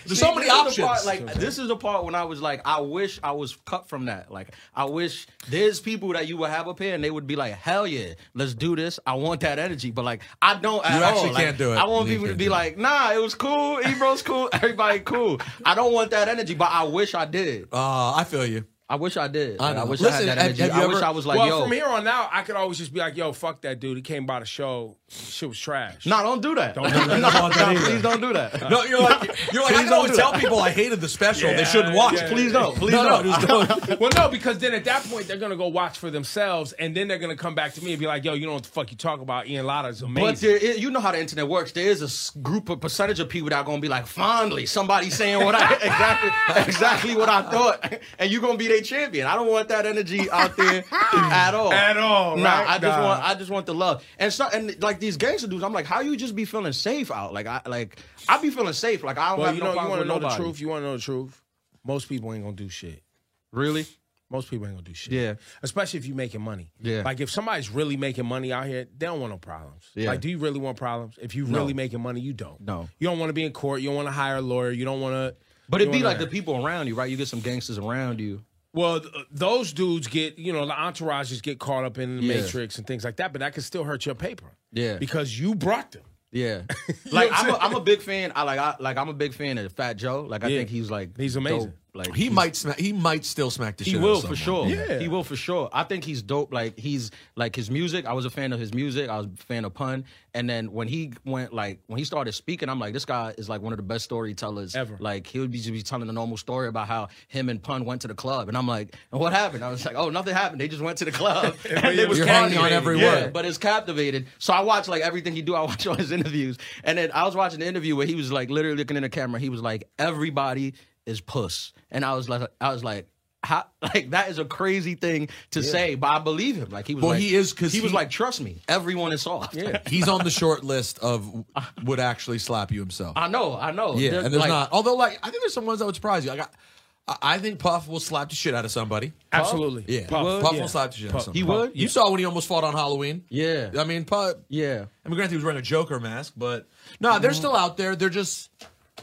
[SPEAKER 4] There's so many
[SPEAKER 3] this is the
[SPEAKER 4] options.
[SPEAKER 3] part, like this is the part when I was like, I wish I was cut from that. Like, I wish there's people that you would have up here and they would be like, hell yeah, let's do this. I want that energy. But like, I don't. At
[SPEAKER 4] You actually
[SPEAKER 3] all. Like,
[SPEAKER 4] can't do it.
[SPEAKER 3] I want
[SPEAKER 4] You
[SPEAKER 3] people to
[SPEAKER 4] can't
[SPEAKER 3] be
[SPEAKER 4] do it.
[SPEAKER 3] like, nah, it was cool. Ebro's cool. Everybody cool. I don't want that energy, but I wish I did.
[SPEAKER 4] uh, I feel you.
[SPEAKER 3] I wish I did.
[SPEAKER 4] I
[SPEAKER 3] Like, I,
[SPEAKER 4] know.
[SPEAKER 3] wish I
[SPEAKER 4] Listen,
[SPEAKER 3] had that
[SPEAKER 4] have-
[SPEAKER 3] energy.
[SPEAKER 4] have you
[SPEAKER 3] I wish
[SPEAKER 4] ever-
[SPEAKER 3] I was like,
[SPEAKER 2] well,
[SPEAKER 3] yo,
[SPEAKER 2] from here on out, I could always just be like, yo, fuck that dude. He came by the show. Shit was trash.
[SPEAKER 3] nah, don't do that.
[SPEAKER 2] Don't do that.
[SPEAKER 3] no, no, please don't do that.
[SPEAKER 4] No, you're like you're like I can always tell people I hated the special. they shouldn't watch.
[SPEAKER 2] yeah,
[SPEAKER 3] Please don't. Please
[SPEAKER 4] No, no,
[SPEAKER 3] don't.
[SPEAKER 4] just don't.
[SPEAKER 2] Well, no, because then at that point they're gonna go watch for themselves, and then they're gonna come back to me and be like, "Yo, you know what the fuck you talk about? Ian Lotta's amazing."
[SPEAKER 3] But there is, you know how the internet works. There is a s- group of percentage of people that are gonna be like, finally, somebody saying what I exactly exactly what I thought, and you're gonna be their champion. I don't want that energy out there at all.
[SPEAKER 2] At all,
[SPEAKER 3] Nah,
[SPEAKER 2] right?
[SPEAKER 3] I just
[SPEAKER 2] Nah.
[SPEAKER 3] want I just want the love. And so and like these gangster dudes, I'm like, how you just be feeling safe out? Like I like I be feeling safe. Like I don't
[SPEAKER 2] well,
[SPEAKER 3] have
[SPEAKER 2] you
[SPEAKER 3] no
[SPEAKER 2] know, you
[SPEAKER 3] problem
[SPEAKER 2] want to
[SPEAKER 3] with
[SPEAKER 2] know the
[SPEAKER 3] nobody.
[SPEAKER 2] truth? You want to know the truth? Most people ain't gonna do shit.
[SPEAKER 3] Really?
[SPEAKER 2] Most people ain't gonna do shit.
[SPEAKER 3] Yeah.
[SPEAKER 2] Especially if you're making money.
[SPEAKER 3] Yeah.
[SPEAKER 2] Like if somebody's really making money out here, they don't want no problems.
[SPEAKER 3] Yeah.
[SPEAKER 2] Like, do you really want problems? If you really making money, you don't.
[SPEAKER 3] No.
[SPEAKER 2] You don't want to be in court. You don't want to hire a lawyer. You don't want to.
[SPEAKER 3] But it'd be like the people around you, right? You get some gangsters around you.
[SPEAKER 2] Well, th- those dudes get, you know, the entourages get caught up in the
[SPEAKER 3] Yeah.
[SPEAKER 2] matrix and things like that, but that could still hurt your paper.
[SPEAKER 3] Yeah.
[SPEAKER 2] Because you brought them.
[SPEAKER 3] Yeah,
[SPEAKER 2] know what I'm
[SPEAKER 3] like I'm, a,
[SPEAKER 2] saying?
[SPEAKER 3] I'm a big fan. I like I like I'm a big fan of Fat Joe. Like I
[SPEAKER 2] Yeah.
[SPEAKER 3] think he's like
[SPEAKER 2] He's amazing.
[SPEAKER 3] dope. Like
[SPEAKER 4] He
[SPEAKER 3] he's-
[SPEAKER 4] might smack. He might still smack the
[SPEAKER 3] He
[SPEAKER 4] shit. out of
[SPEAKER 3] will for sure.
[SPEAKER 4] someone.
[SPEAKER 2] Yeah.
[SPEAKER 3] He will for sure. I think he's dope. Like he's like his music. I was a fan of his music. I was a fan of pun. And then when he went like when he started speaking, I'm like, this guy is like one of the best storytellers
[SPEAKER 2] Ever.
[SPEAKER 3] Like he would be, just be telling a normal story about how him and pun went to the club, and I'm like, and what happened? I was like, oh, nothing happened. They just went to the club. and they
[SPEAKER 2] you're
[SPEAKER 3] was
[SPEAKER 4] hanging on
[SPEAKER 3] captivated.
[SPEAKER 4] every
[SPEAKER 3] Yeah,
[SPEAKER 4] word.
[SPEAKER 3] But it's captivated. So I watched like everything he do. I watch all his interviews, and then I was watching the interview where he was like literally looking in the camera. He was like, everybody is puss, and I was like, I was like. How, like that is a crazy thing to say, but I believe him. Like he was.
[SPEAKER 4] Well,
[SPEAKER 3] like,
[SPEAKER 4] he is 'cause
[SPEAKER 3] he was
[SPEAKER 4] he-
[SPEAKER 3] like, trust me, everyone is soft. Yeah,
[SPEAKER 4] He's on the short list of would actually slap you himself.
[SPEAKER 3] I know, I know.
[SPEAKER 4] Yeah,
[SPEAKER 3] There's,
[SPEAKER 4] and there's
[SPEAKER 3] like,
[SPEAKER 4] not. Although, like, I think there's some ones that would surprise you. Like, I, I I think Puff will slap the shit out of somebody.
[SPEAKER 2] Absolutely.
[SPEAKER 4] Yeah,
[SPEAKER 2] Puff,
[SPEAKER 4] Puff,
[SPEAKER 2] yeah.
[SPEAKER 4] will slap the shit out of
[SPEAKER 2] Puff.
[SPEAKER 4] somebody.
[SPEAKER 3] He would?
[SPEAKER 4] You saw when he almost fought on Halloween.
[SPEAKER 3] Yeah.
[SPEAKER 4] I mean, Puff.
[SPEAKER 3] Yeah,
[SPEAKER 4] I mean, granted, he was wearing a Joker mask, but no, they're still out there. They're just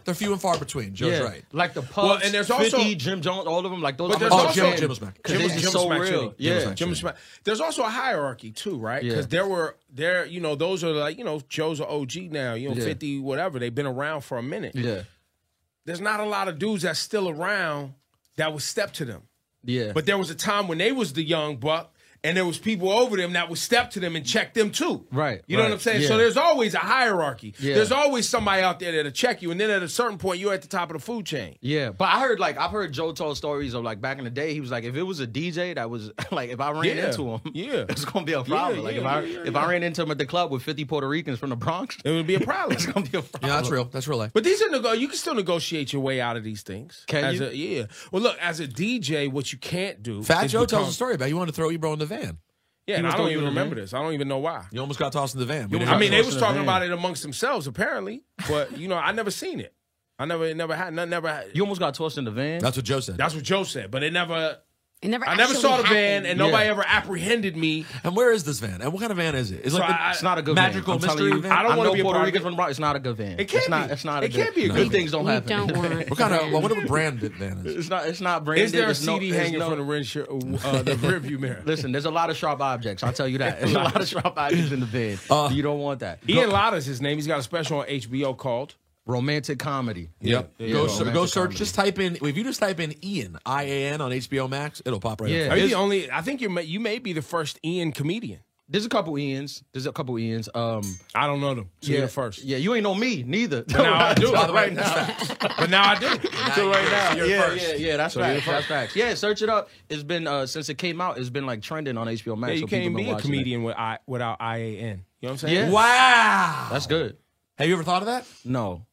[SPEAKER 4] they're few and far between. Joe's
[SPEAKER 3] yeah.
[SPEAKER 4] right.
[SPEAKER 3] Like the puffs,
[SPEAKER 2] Well, and there's also-
[SPEAKER 3] 50, Jim Jones, all of them. Like those.
[SPEAKER 2] But
[SPEAKER 3] I'm
[SPEAKER 2] there's
[SPEAKER 3] a big
[SPEAKER 2] also-
[SPEAKER 3] fan,
[SPEAKER 4] Jim was back.
[SPEAKER 3] 'cause
[SPEAKER 2] Jim-
[SPEAKER 3] it's just
[SPEAKER 2] Jim
[SPEAKER 3] so
[SPEAKER 2] Smack
[SPEAKER 3] real.
[SPEAKER 2] Cheney.
[SPEAKER 3] Yeah,
[SPEAKER 4] Smack.
[SPEAKER 2] Jim Smack. There's also a hierarchy too, right? Because
[SPEAKER 3] Yeah.
[SPEAKER 2] there were there, you know, those are like you know, Joe's are OG now, you know,
[SPEAKER 3] Yeah.
[SPEAKER 2] fifty whatever. They've been around for a minute.
[SPEAKER 3] yeah,
[SPEAKER 2] There's not a lot of dudes that's still around that would step to them.
[SPEAKER 3] yeah.
[SPEAKER 2] But there was a time when they was the young buck, and there was people over them that would step to them and check them too.
[SPEAKER 3] Right,
[SPEAKER 2] You know
[SPEAKER 3] right,
[SPEAKER 2] what I'm saying?
[SPEAKER 3] yeah.
[SPEAKER 2] So there's always a hierarchy.
[SPEAKER 3] Yeah.
[SPEAKER 2] There's always somebody out there that'll check you, and then at a certain point, you're at the top of the food chain.
[SPEAKER 3] Yeah, but I heard like I've heard Joe told stories of like back in the day. He was like, if it was a DJ that was like, if I ran
[SPEAKER 2] Yeah,
[SPEAKER 3] into him,
[SPEAKER 2] yeah.
[SPEAKER 3] it's gonna be a problem. like
[SPEAKER 2] yeah,
[SPEAKER 3] if I
[SPEAKER 2] yeah, yeah,
[SPEAKER 3] if
[SPEAKER 2] yeah.
[SPEAKER 3] I ran into him at the club with fifty Puerto Ricans from the Bronx,
[SPEAKER 2] It would be a problem.
[SPEAKER 3] it's gonna be a problem.
[SPEAKER 4] Yeah, that's real. That's real life.
[SPEAKER 2] But these are nego- you can still negotiate your way out of these things.
[SPEAKER 3] Can
[SPEAKER 2] As
[SPEAKER 3] you?
[SPEAKER 2] A, yeah. Well, look, as a DJ, what you can't do.
[SPEAKER 4] Fat
[SPEAKER 2] is
[SPEAKER 4] Joe
[SPEAKER 2] become-
[SPEAKER 4] tells a story about you wanted to throw Ebro in the van.
[SPEAKER 2] Yeah, and
[SPEAKER 3] was
[SPEAKER 2] I don't
[SPEAKER 3] doing
[SPEAKER 2] even
[SPEAKER 3] it,
[SPEAKER 2] remember
[SPEAKER 3] man.
[SPEAKER 2] this. I don't even know why.
[SPEAKER 4] You almost got tossed in the van. We didn't
[SPEAKER 2] I
[SPEAKER 4] have
[SPEAKER 2] mean,
[SPEAKER 4] to
[SPEAKER 2] they
[SPEAKER 4] watch
[SPEAKER 2] was
[SPEAKER 4] it.
[SPEAKER 2] talking about it amongst themselves apparently, but you know, I never seen it. I never, it never had, never. had-
[SPEAKER 3] You almost got tossed in the van.
[SPEAKER 4] That's what Joe said.
[SPEAKER 2] That's what Joe said, but it never.
[SPEAKER 1] It never
[SPEAKER 2] I never
[SPEAKER 1] actually
[SPEAKER 2] saw the van,
[SPEAKER 1] happened.
[SPEAKER 2] and nobody ever apprehended me.
[SPEAKER 4] And where is this van? And what kind of van is it? It's like
[SPEAKER 2] So
[SPEAKER 4] the-
[SPEAKER 2] I-
[SPEAKER 3] It's not a good
[SPEAKER 4] Magical
[SPEAKER 3] van. I'm telling
[SPEAKER 4] mystery
[SPEAKER 3] you,
[SPEAKER 4] van?
[SPEAKER 2] I don't
[SPEAKER 3] I
[SPEAKER 2] wanna
[SPEAKER 3] know
[SPEAKER 2] be a
[SPEAKER 3] Puerto
[SPEAKER 2] part of
[SPEAKER 3] Rican
[SPEAKER 2] it.
[SPEAKER 3] from Bro- It's not a good van.
[SPEAKER 2] It can't
[SPEAKER 3] it's not,
[SPEAKER 2] be.
[SPEAKER 3] It's not. A
[SPEAKER 2] It
[SPEAKER 3] good,
[SPEAKER 2] can't be a good
[SPEAKER 3] Good things don't
[SPEAKER 1] We
[SPEAKER 3] happen.
[SPEAKER 1] don't want
[SPEAKER 4] what kind
[SPEAKER 1] that.
[SPEAKER 4] of what kind of brand that van is?
[SPEAKER 3] It's not. It's not branded.
[SPEAKER 2] Is there a
[SPEAKER 3] It's no-
[SPEAKER 2] CD
[SPEAKER 3] it's
[SPEAKER 2] hanging
[SPEAKER 3] no-
[SPEAKER 2] from the, windshield, uh, the rearview mirror?
[SPEAKER 3] Listen, there's a lot of sharp objects. I'll tell you that. There's a lot of sharp objects in the bed. you don't want that.
[SPEAKER 2] Ian Lotta's his name. He's got a special on HBO called.
[SPEAKER 3] Romantic comedy.
[SPEAKER 4] Yep.
[SPEAKER 3] Yeah,
[SPEAKER 4] go
[SPEAKER 3] yeah,
[SPEAKER 4] ser- go
[SPEAKER 3] romantic
[SPEAKER 4] search.
[SPEAKER 3] comedy.
[SPEAKER 4] Just type in if you just type in Ian I A N on HBO Max, it'll pop right
[SPEAKER 3] Yeah.
[SPEAKER 4] up.
[SPEAKER 2] Are you
[SPEAKER 3] Is-
[SPEAKER 2] the only? I think you may, you may be the first Ian comedian.
[SPEAKER 3] There's a couple Ians. There's a couple Ians. Um,
[SPEAKER 2] I don't know them. So you're the first.
[SPEAKER 3] Yeah, you ain't know me neither.
[SPEAKER 2] But now I do.
[SPEAKER 4] By the way,
[SPEAKER 2] Right
[SPEAKER 4] that's
[SPEAKER 2] now. But now I do.
[SPEAKER 4] So right now, you're
[SPEAKER 3] yeah,
[SPEAKER 4] first.
[SPEAKER 3] yeah, yeah. That's
[SPEAKER 2] So you're
[SPEAKER 3] facts.
[SPEAKER 2] the
[SPEAKER 3] That's facts. Yeah, search it up. It's been uh, since it came out. It's been like trending on HBO Max.
[SPEAKER 2] Yeah, you
[SPEAKER 3] so people
[SPEAKER 2] can't
[SPEAKER 3] been
[SPEAKER 2] be a
[SPEAKER 3] watching it.
[SPEAKER 2] comedian with I, without IAN. You know what I'm
[SPEAKER 3] Yeah.
[SPEAKER 2] saying?
[SPEAKER 4] Wow.
[SPEAKER 3] That's good.
[SPEAKER 4] Have you ever thought of that?
[SPEAKER 3] No,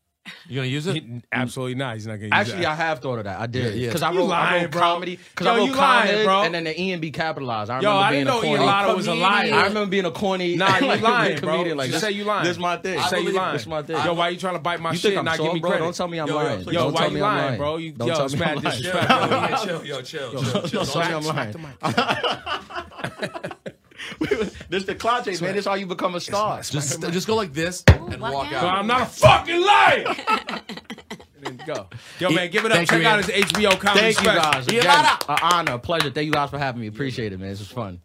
[SPEAKER 4] You gonna use it?
[SPEAKER 2] He- Absolutely not. He's not going to
[SPEAKER 3] actually, I have thought of that. I did
[SPEAKER 4] Yeah, yeah.
[SPEAKER 3] because I
[SPEAKER 2] You
[SPEAKER 3] wrote, I
[SPEAKER 2] lying,
[SPEAKER 3] wrote
[SPEAKER 2] bro.
[SPEAKER 3] comedy because
[SPEAKER 2] Yo,
[SPEAKER 3] I
[SPEAKER 2] you
[SPEAKER 3] wrote
[SPEAKER 2] lying,
[SPEAKER 3] comedy
[SPEAKER 2] bro.
[SPEAKER 3] and then the E and B capitalized. I
[SPEAKER 2] Yo,
[SPEAKER 3] remember
[SPEAKER 2] I
[SPEAKER 3] being
[SPEAKER 2] didn't know
[SPEAKER 3] a
[SPEAKER 2] Ian
[SPEAKER 3] corny-
[SPEAKER 2] Lotta was a liar.
[SPEAKER 3] I remember being a corny.
[SPEAKER 2] Nah, you
[SPEAKER 3] like,
[SPEAKER 2] lying, bro.
[SPEAKER 3] comedian. Like
[SPEAKER 2] Just
[SPEAKER 3] this-
[SPEAKER 2] say you lying.
[SPEAKER 3] This my thing.
[SPEAKER 2] Say you
[SPEAKER 4] believe-
[SPEAKER 2] lying.
[SPEAKER 3] This my thing.
[SPEAKER 2] Yo, why you trying to bite my
[SPEAKER 3] You
[SPEAKER 2] shit
[SPEAKER 3] think
[SPEAKER 2] and
[SPEAKER 3] I'm
[SPEAKER 2] not give
[SPEAKER 3] soft,
[SPEAKER 2] me
[SPEAKER 3] bro?
[SPEAKER 2] credit?
[SPEAKER 3] Don't tell me I'm
[SPEAKER 4] Yo, yo,
[SPEAKER 3] lying.
[SPEAKER 4] please
[SPEAKER 2] Yo,
[SPEAKER 3] Don't
[SPEAKER 2] why
[SPEAKER 3] tell
[SPEAKER 2] you
[SPEAKER 3] me I'm
[SPEAKER 2] lying, bro? You,
[SPEAKER 3] Don't
[SPEAKER 2] yo,
[SPEAKER 3] tell
[SPEAKER 2] it's
[SPEAKER 3] me
[SPEAKER 2] mad
[SPEAKER 3] I'm lying.
[SPEAKER 2] disrespect.
[SPEAKER 4] chill, yo, chill,
[SPEAKER 3] Don't tell me I'm lying. This the cloche, man. This how you become a star.
[SPEAKER 4] Just just go like this and
[SPEAKER 1] walk
[SPEAKER 4] walk
[SPEAKER 1] out.
[SPEAKER 2] Yo,
[SPEAKER 4] out.
[SPEAKER 2] I'm not a fucking liar. and then go. Yo, man, give it up.
[SPEAKER 4] Thank
[SPEAKER 2] Check
[SPEAKER 4] you,
[SPEAKER 2] out
[SPEAKER 4] Ian.
[SPEAKER 2] his HBO comedy
[SPEAKER 3] Thank you
[SPEAKER 2] special.
[SPEAKER 3] guys.
[SPEAKER 4] Ian
[SPEAKER 3] Again,
[SPEAKER 4] Lotta.
[SPEAKER 3] an honor, a pleasure. Thank you guys for having me. Appreciate it, man. This was fun.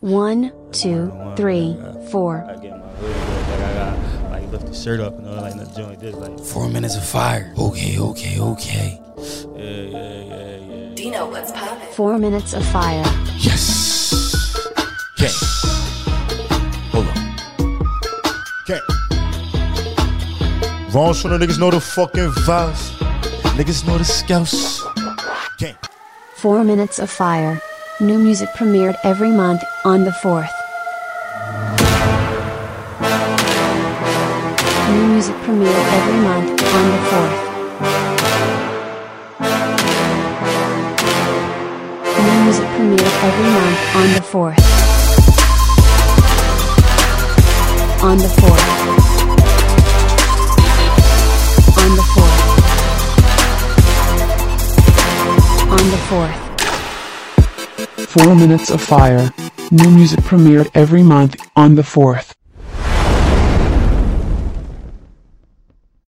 [SPEAKER 5] One, two, three, four.
[SPEAKER 6] I get my hood up, like I got like lift the shirt up and all like nothing joint this like
[SPEAKER 7] Four minutes of fire. Okay, okay, okay.
[SPEAKER 6] yeah yeah yeah yeah.
[SPEAKER 8] Dino, what's poppin'?
[SPEAKER 5] Four minutes of fire.
[SPEAKER 7] Yes. Okay. Hold on.
[SPEAKER 9] Okay. Wrong, so the niggas know the fucking vibes. Niggas know the scouts. Okay.
[SPEAKER 5] Four minutes of fire. New music premiered every month on the 4th. New music premiered every month on the 4th. New music premiered every month on the 4th. On the 4th. On the 4th. On the 4th.
[SPEAKER 10] Four Minutes of Fire. New music premiered every month on the 4th.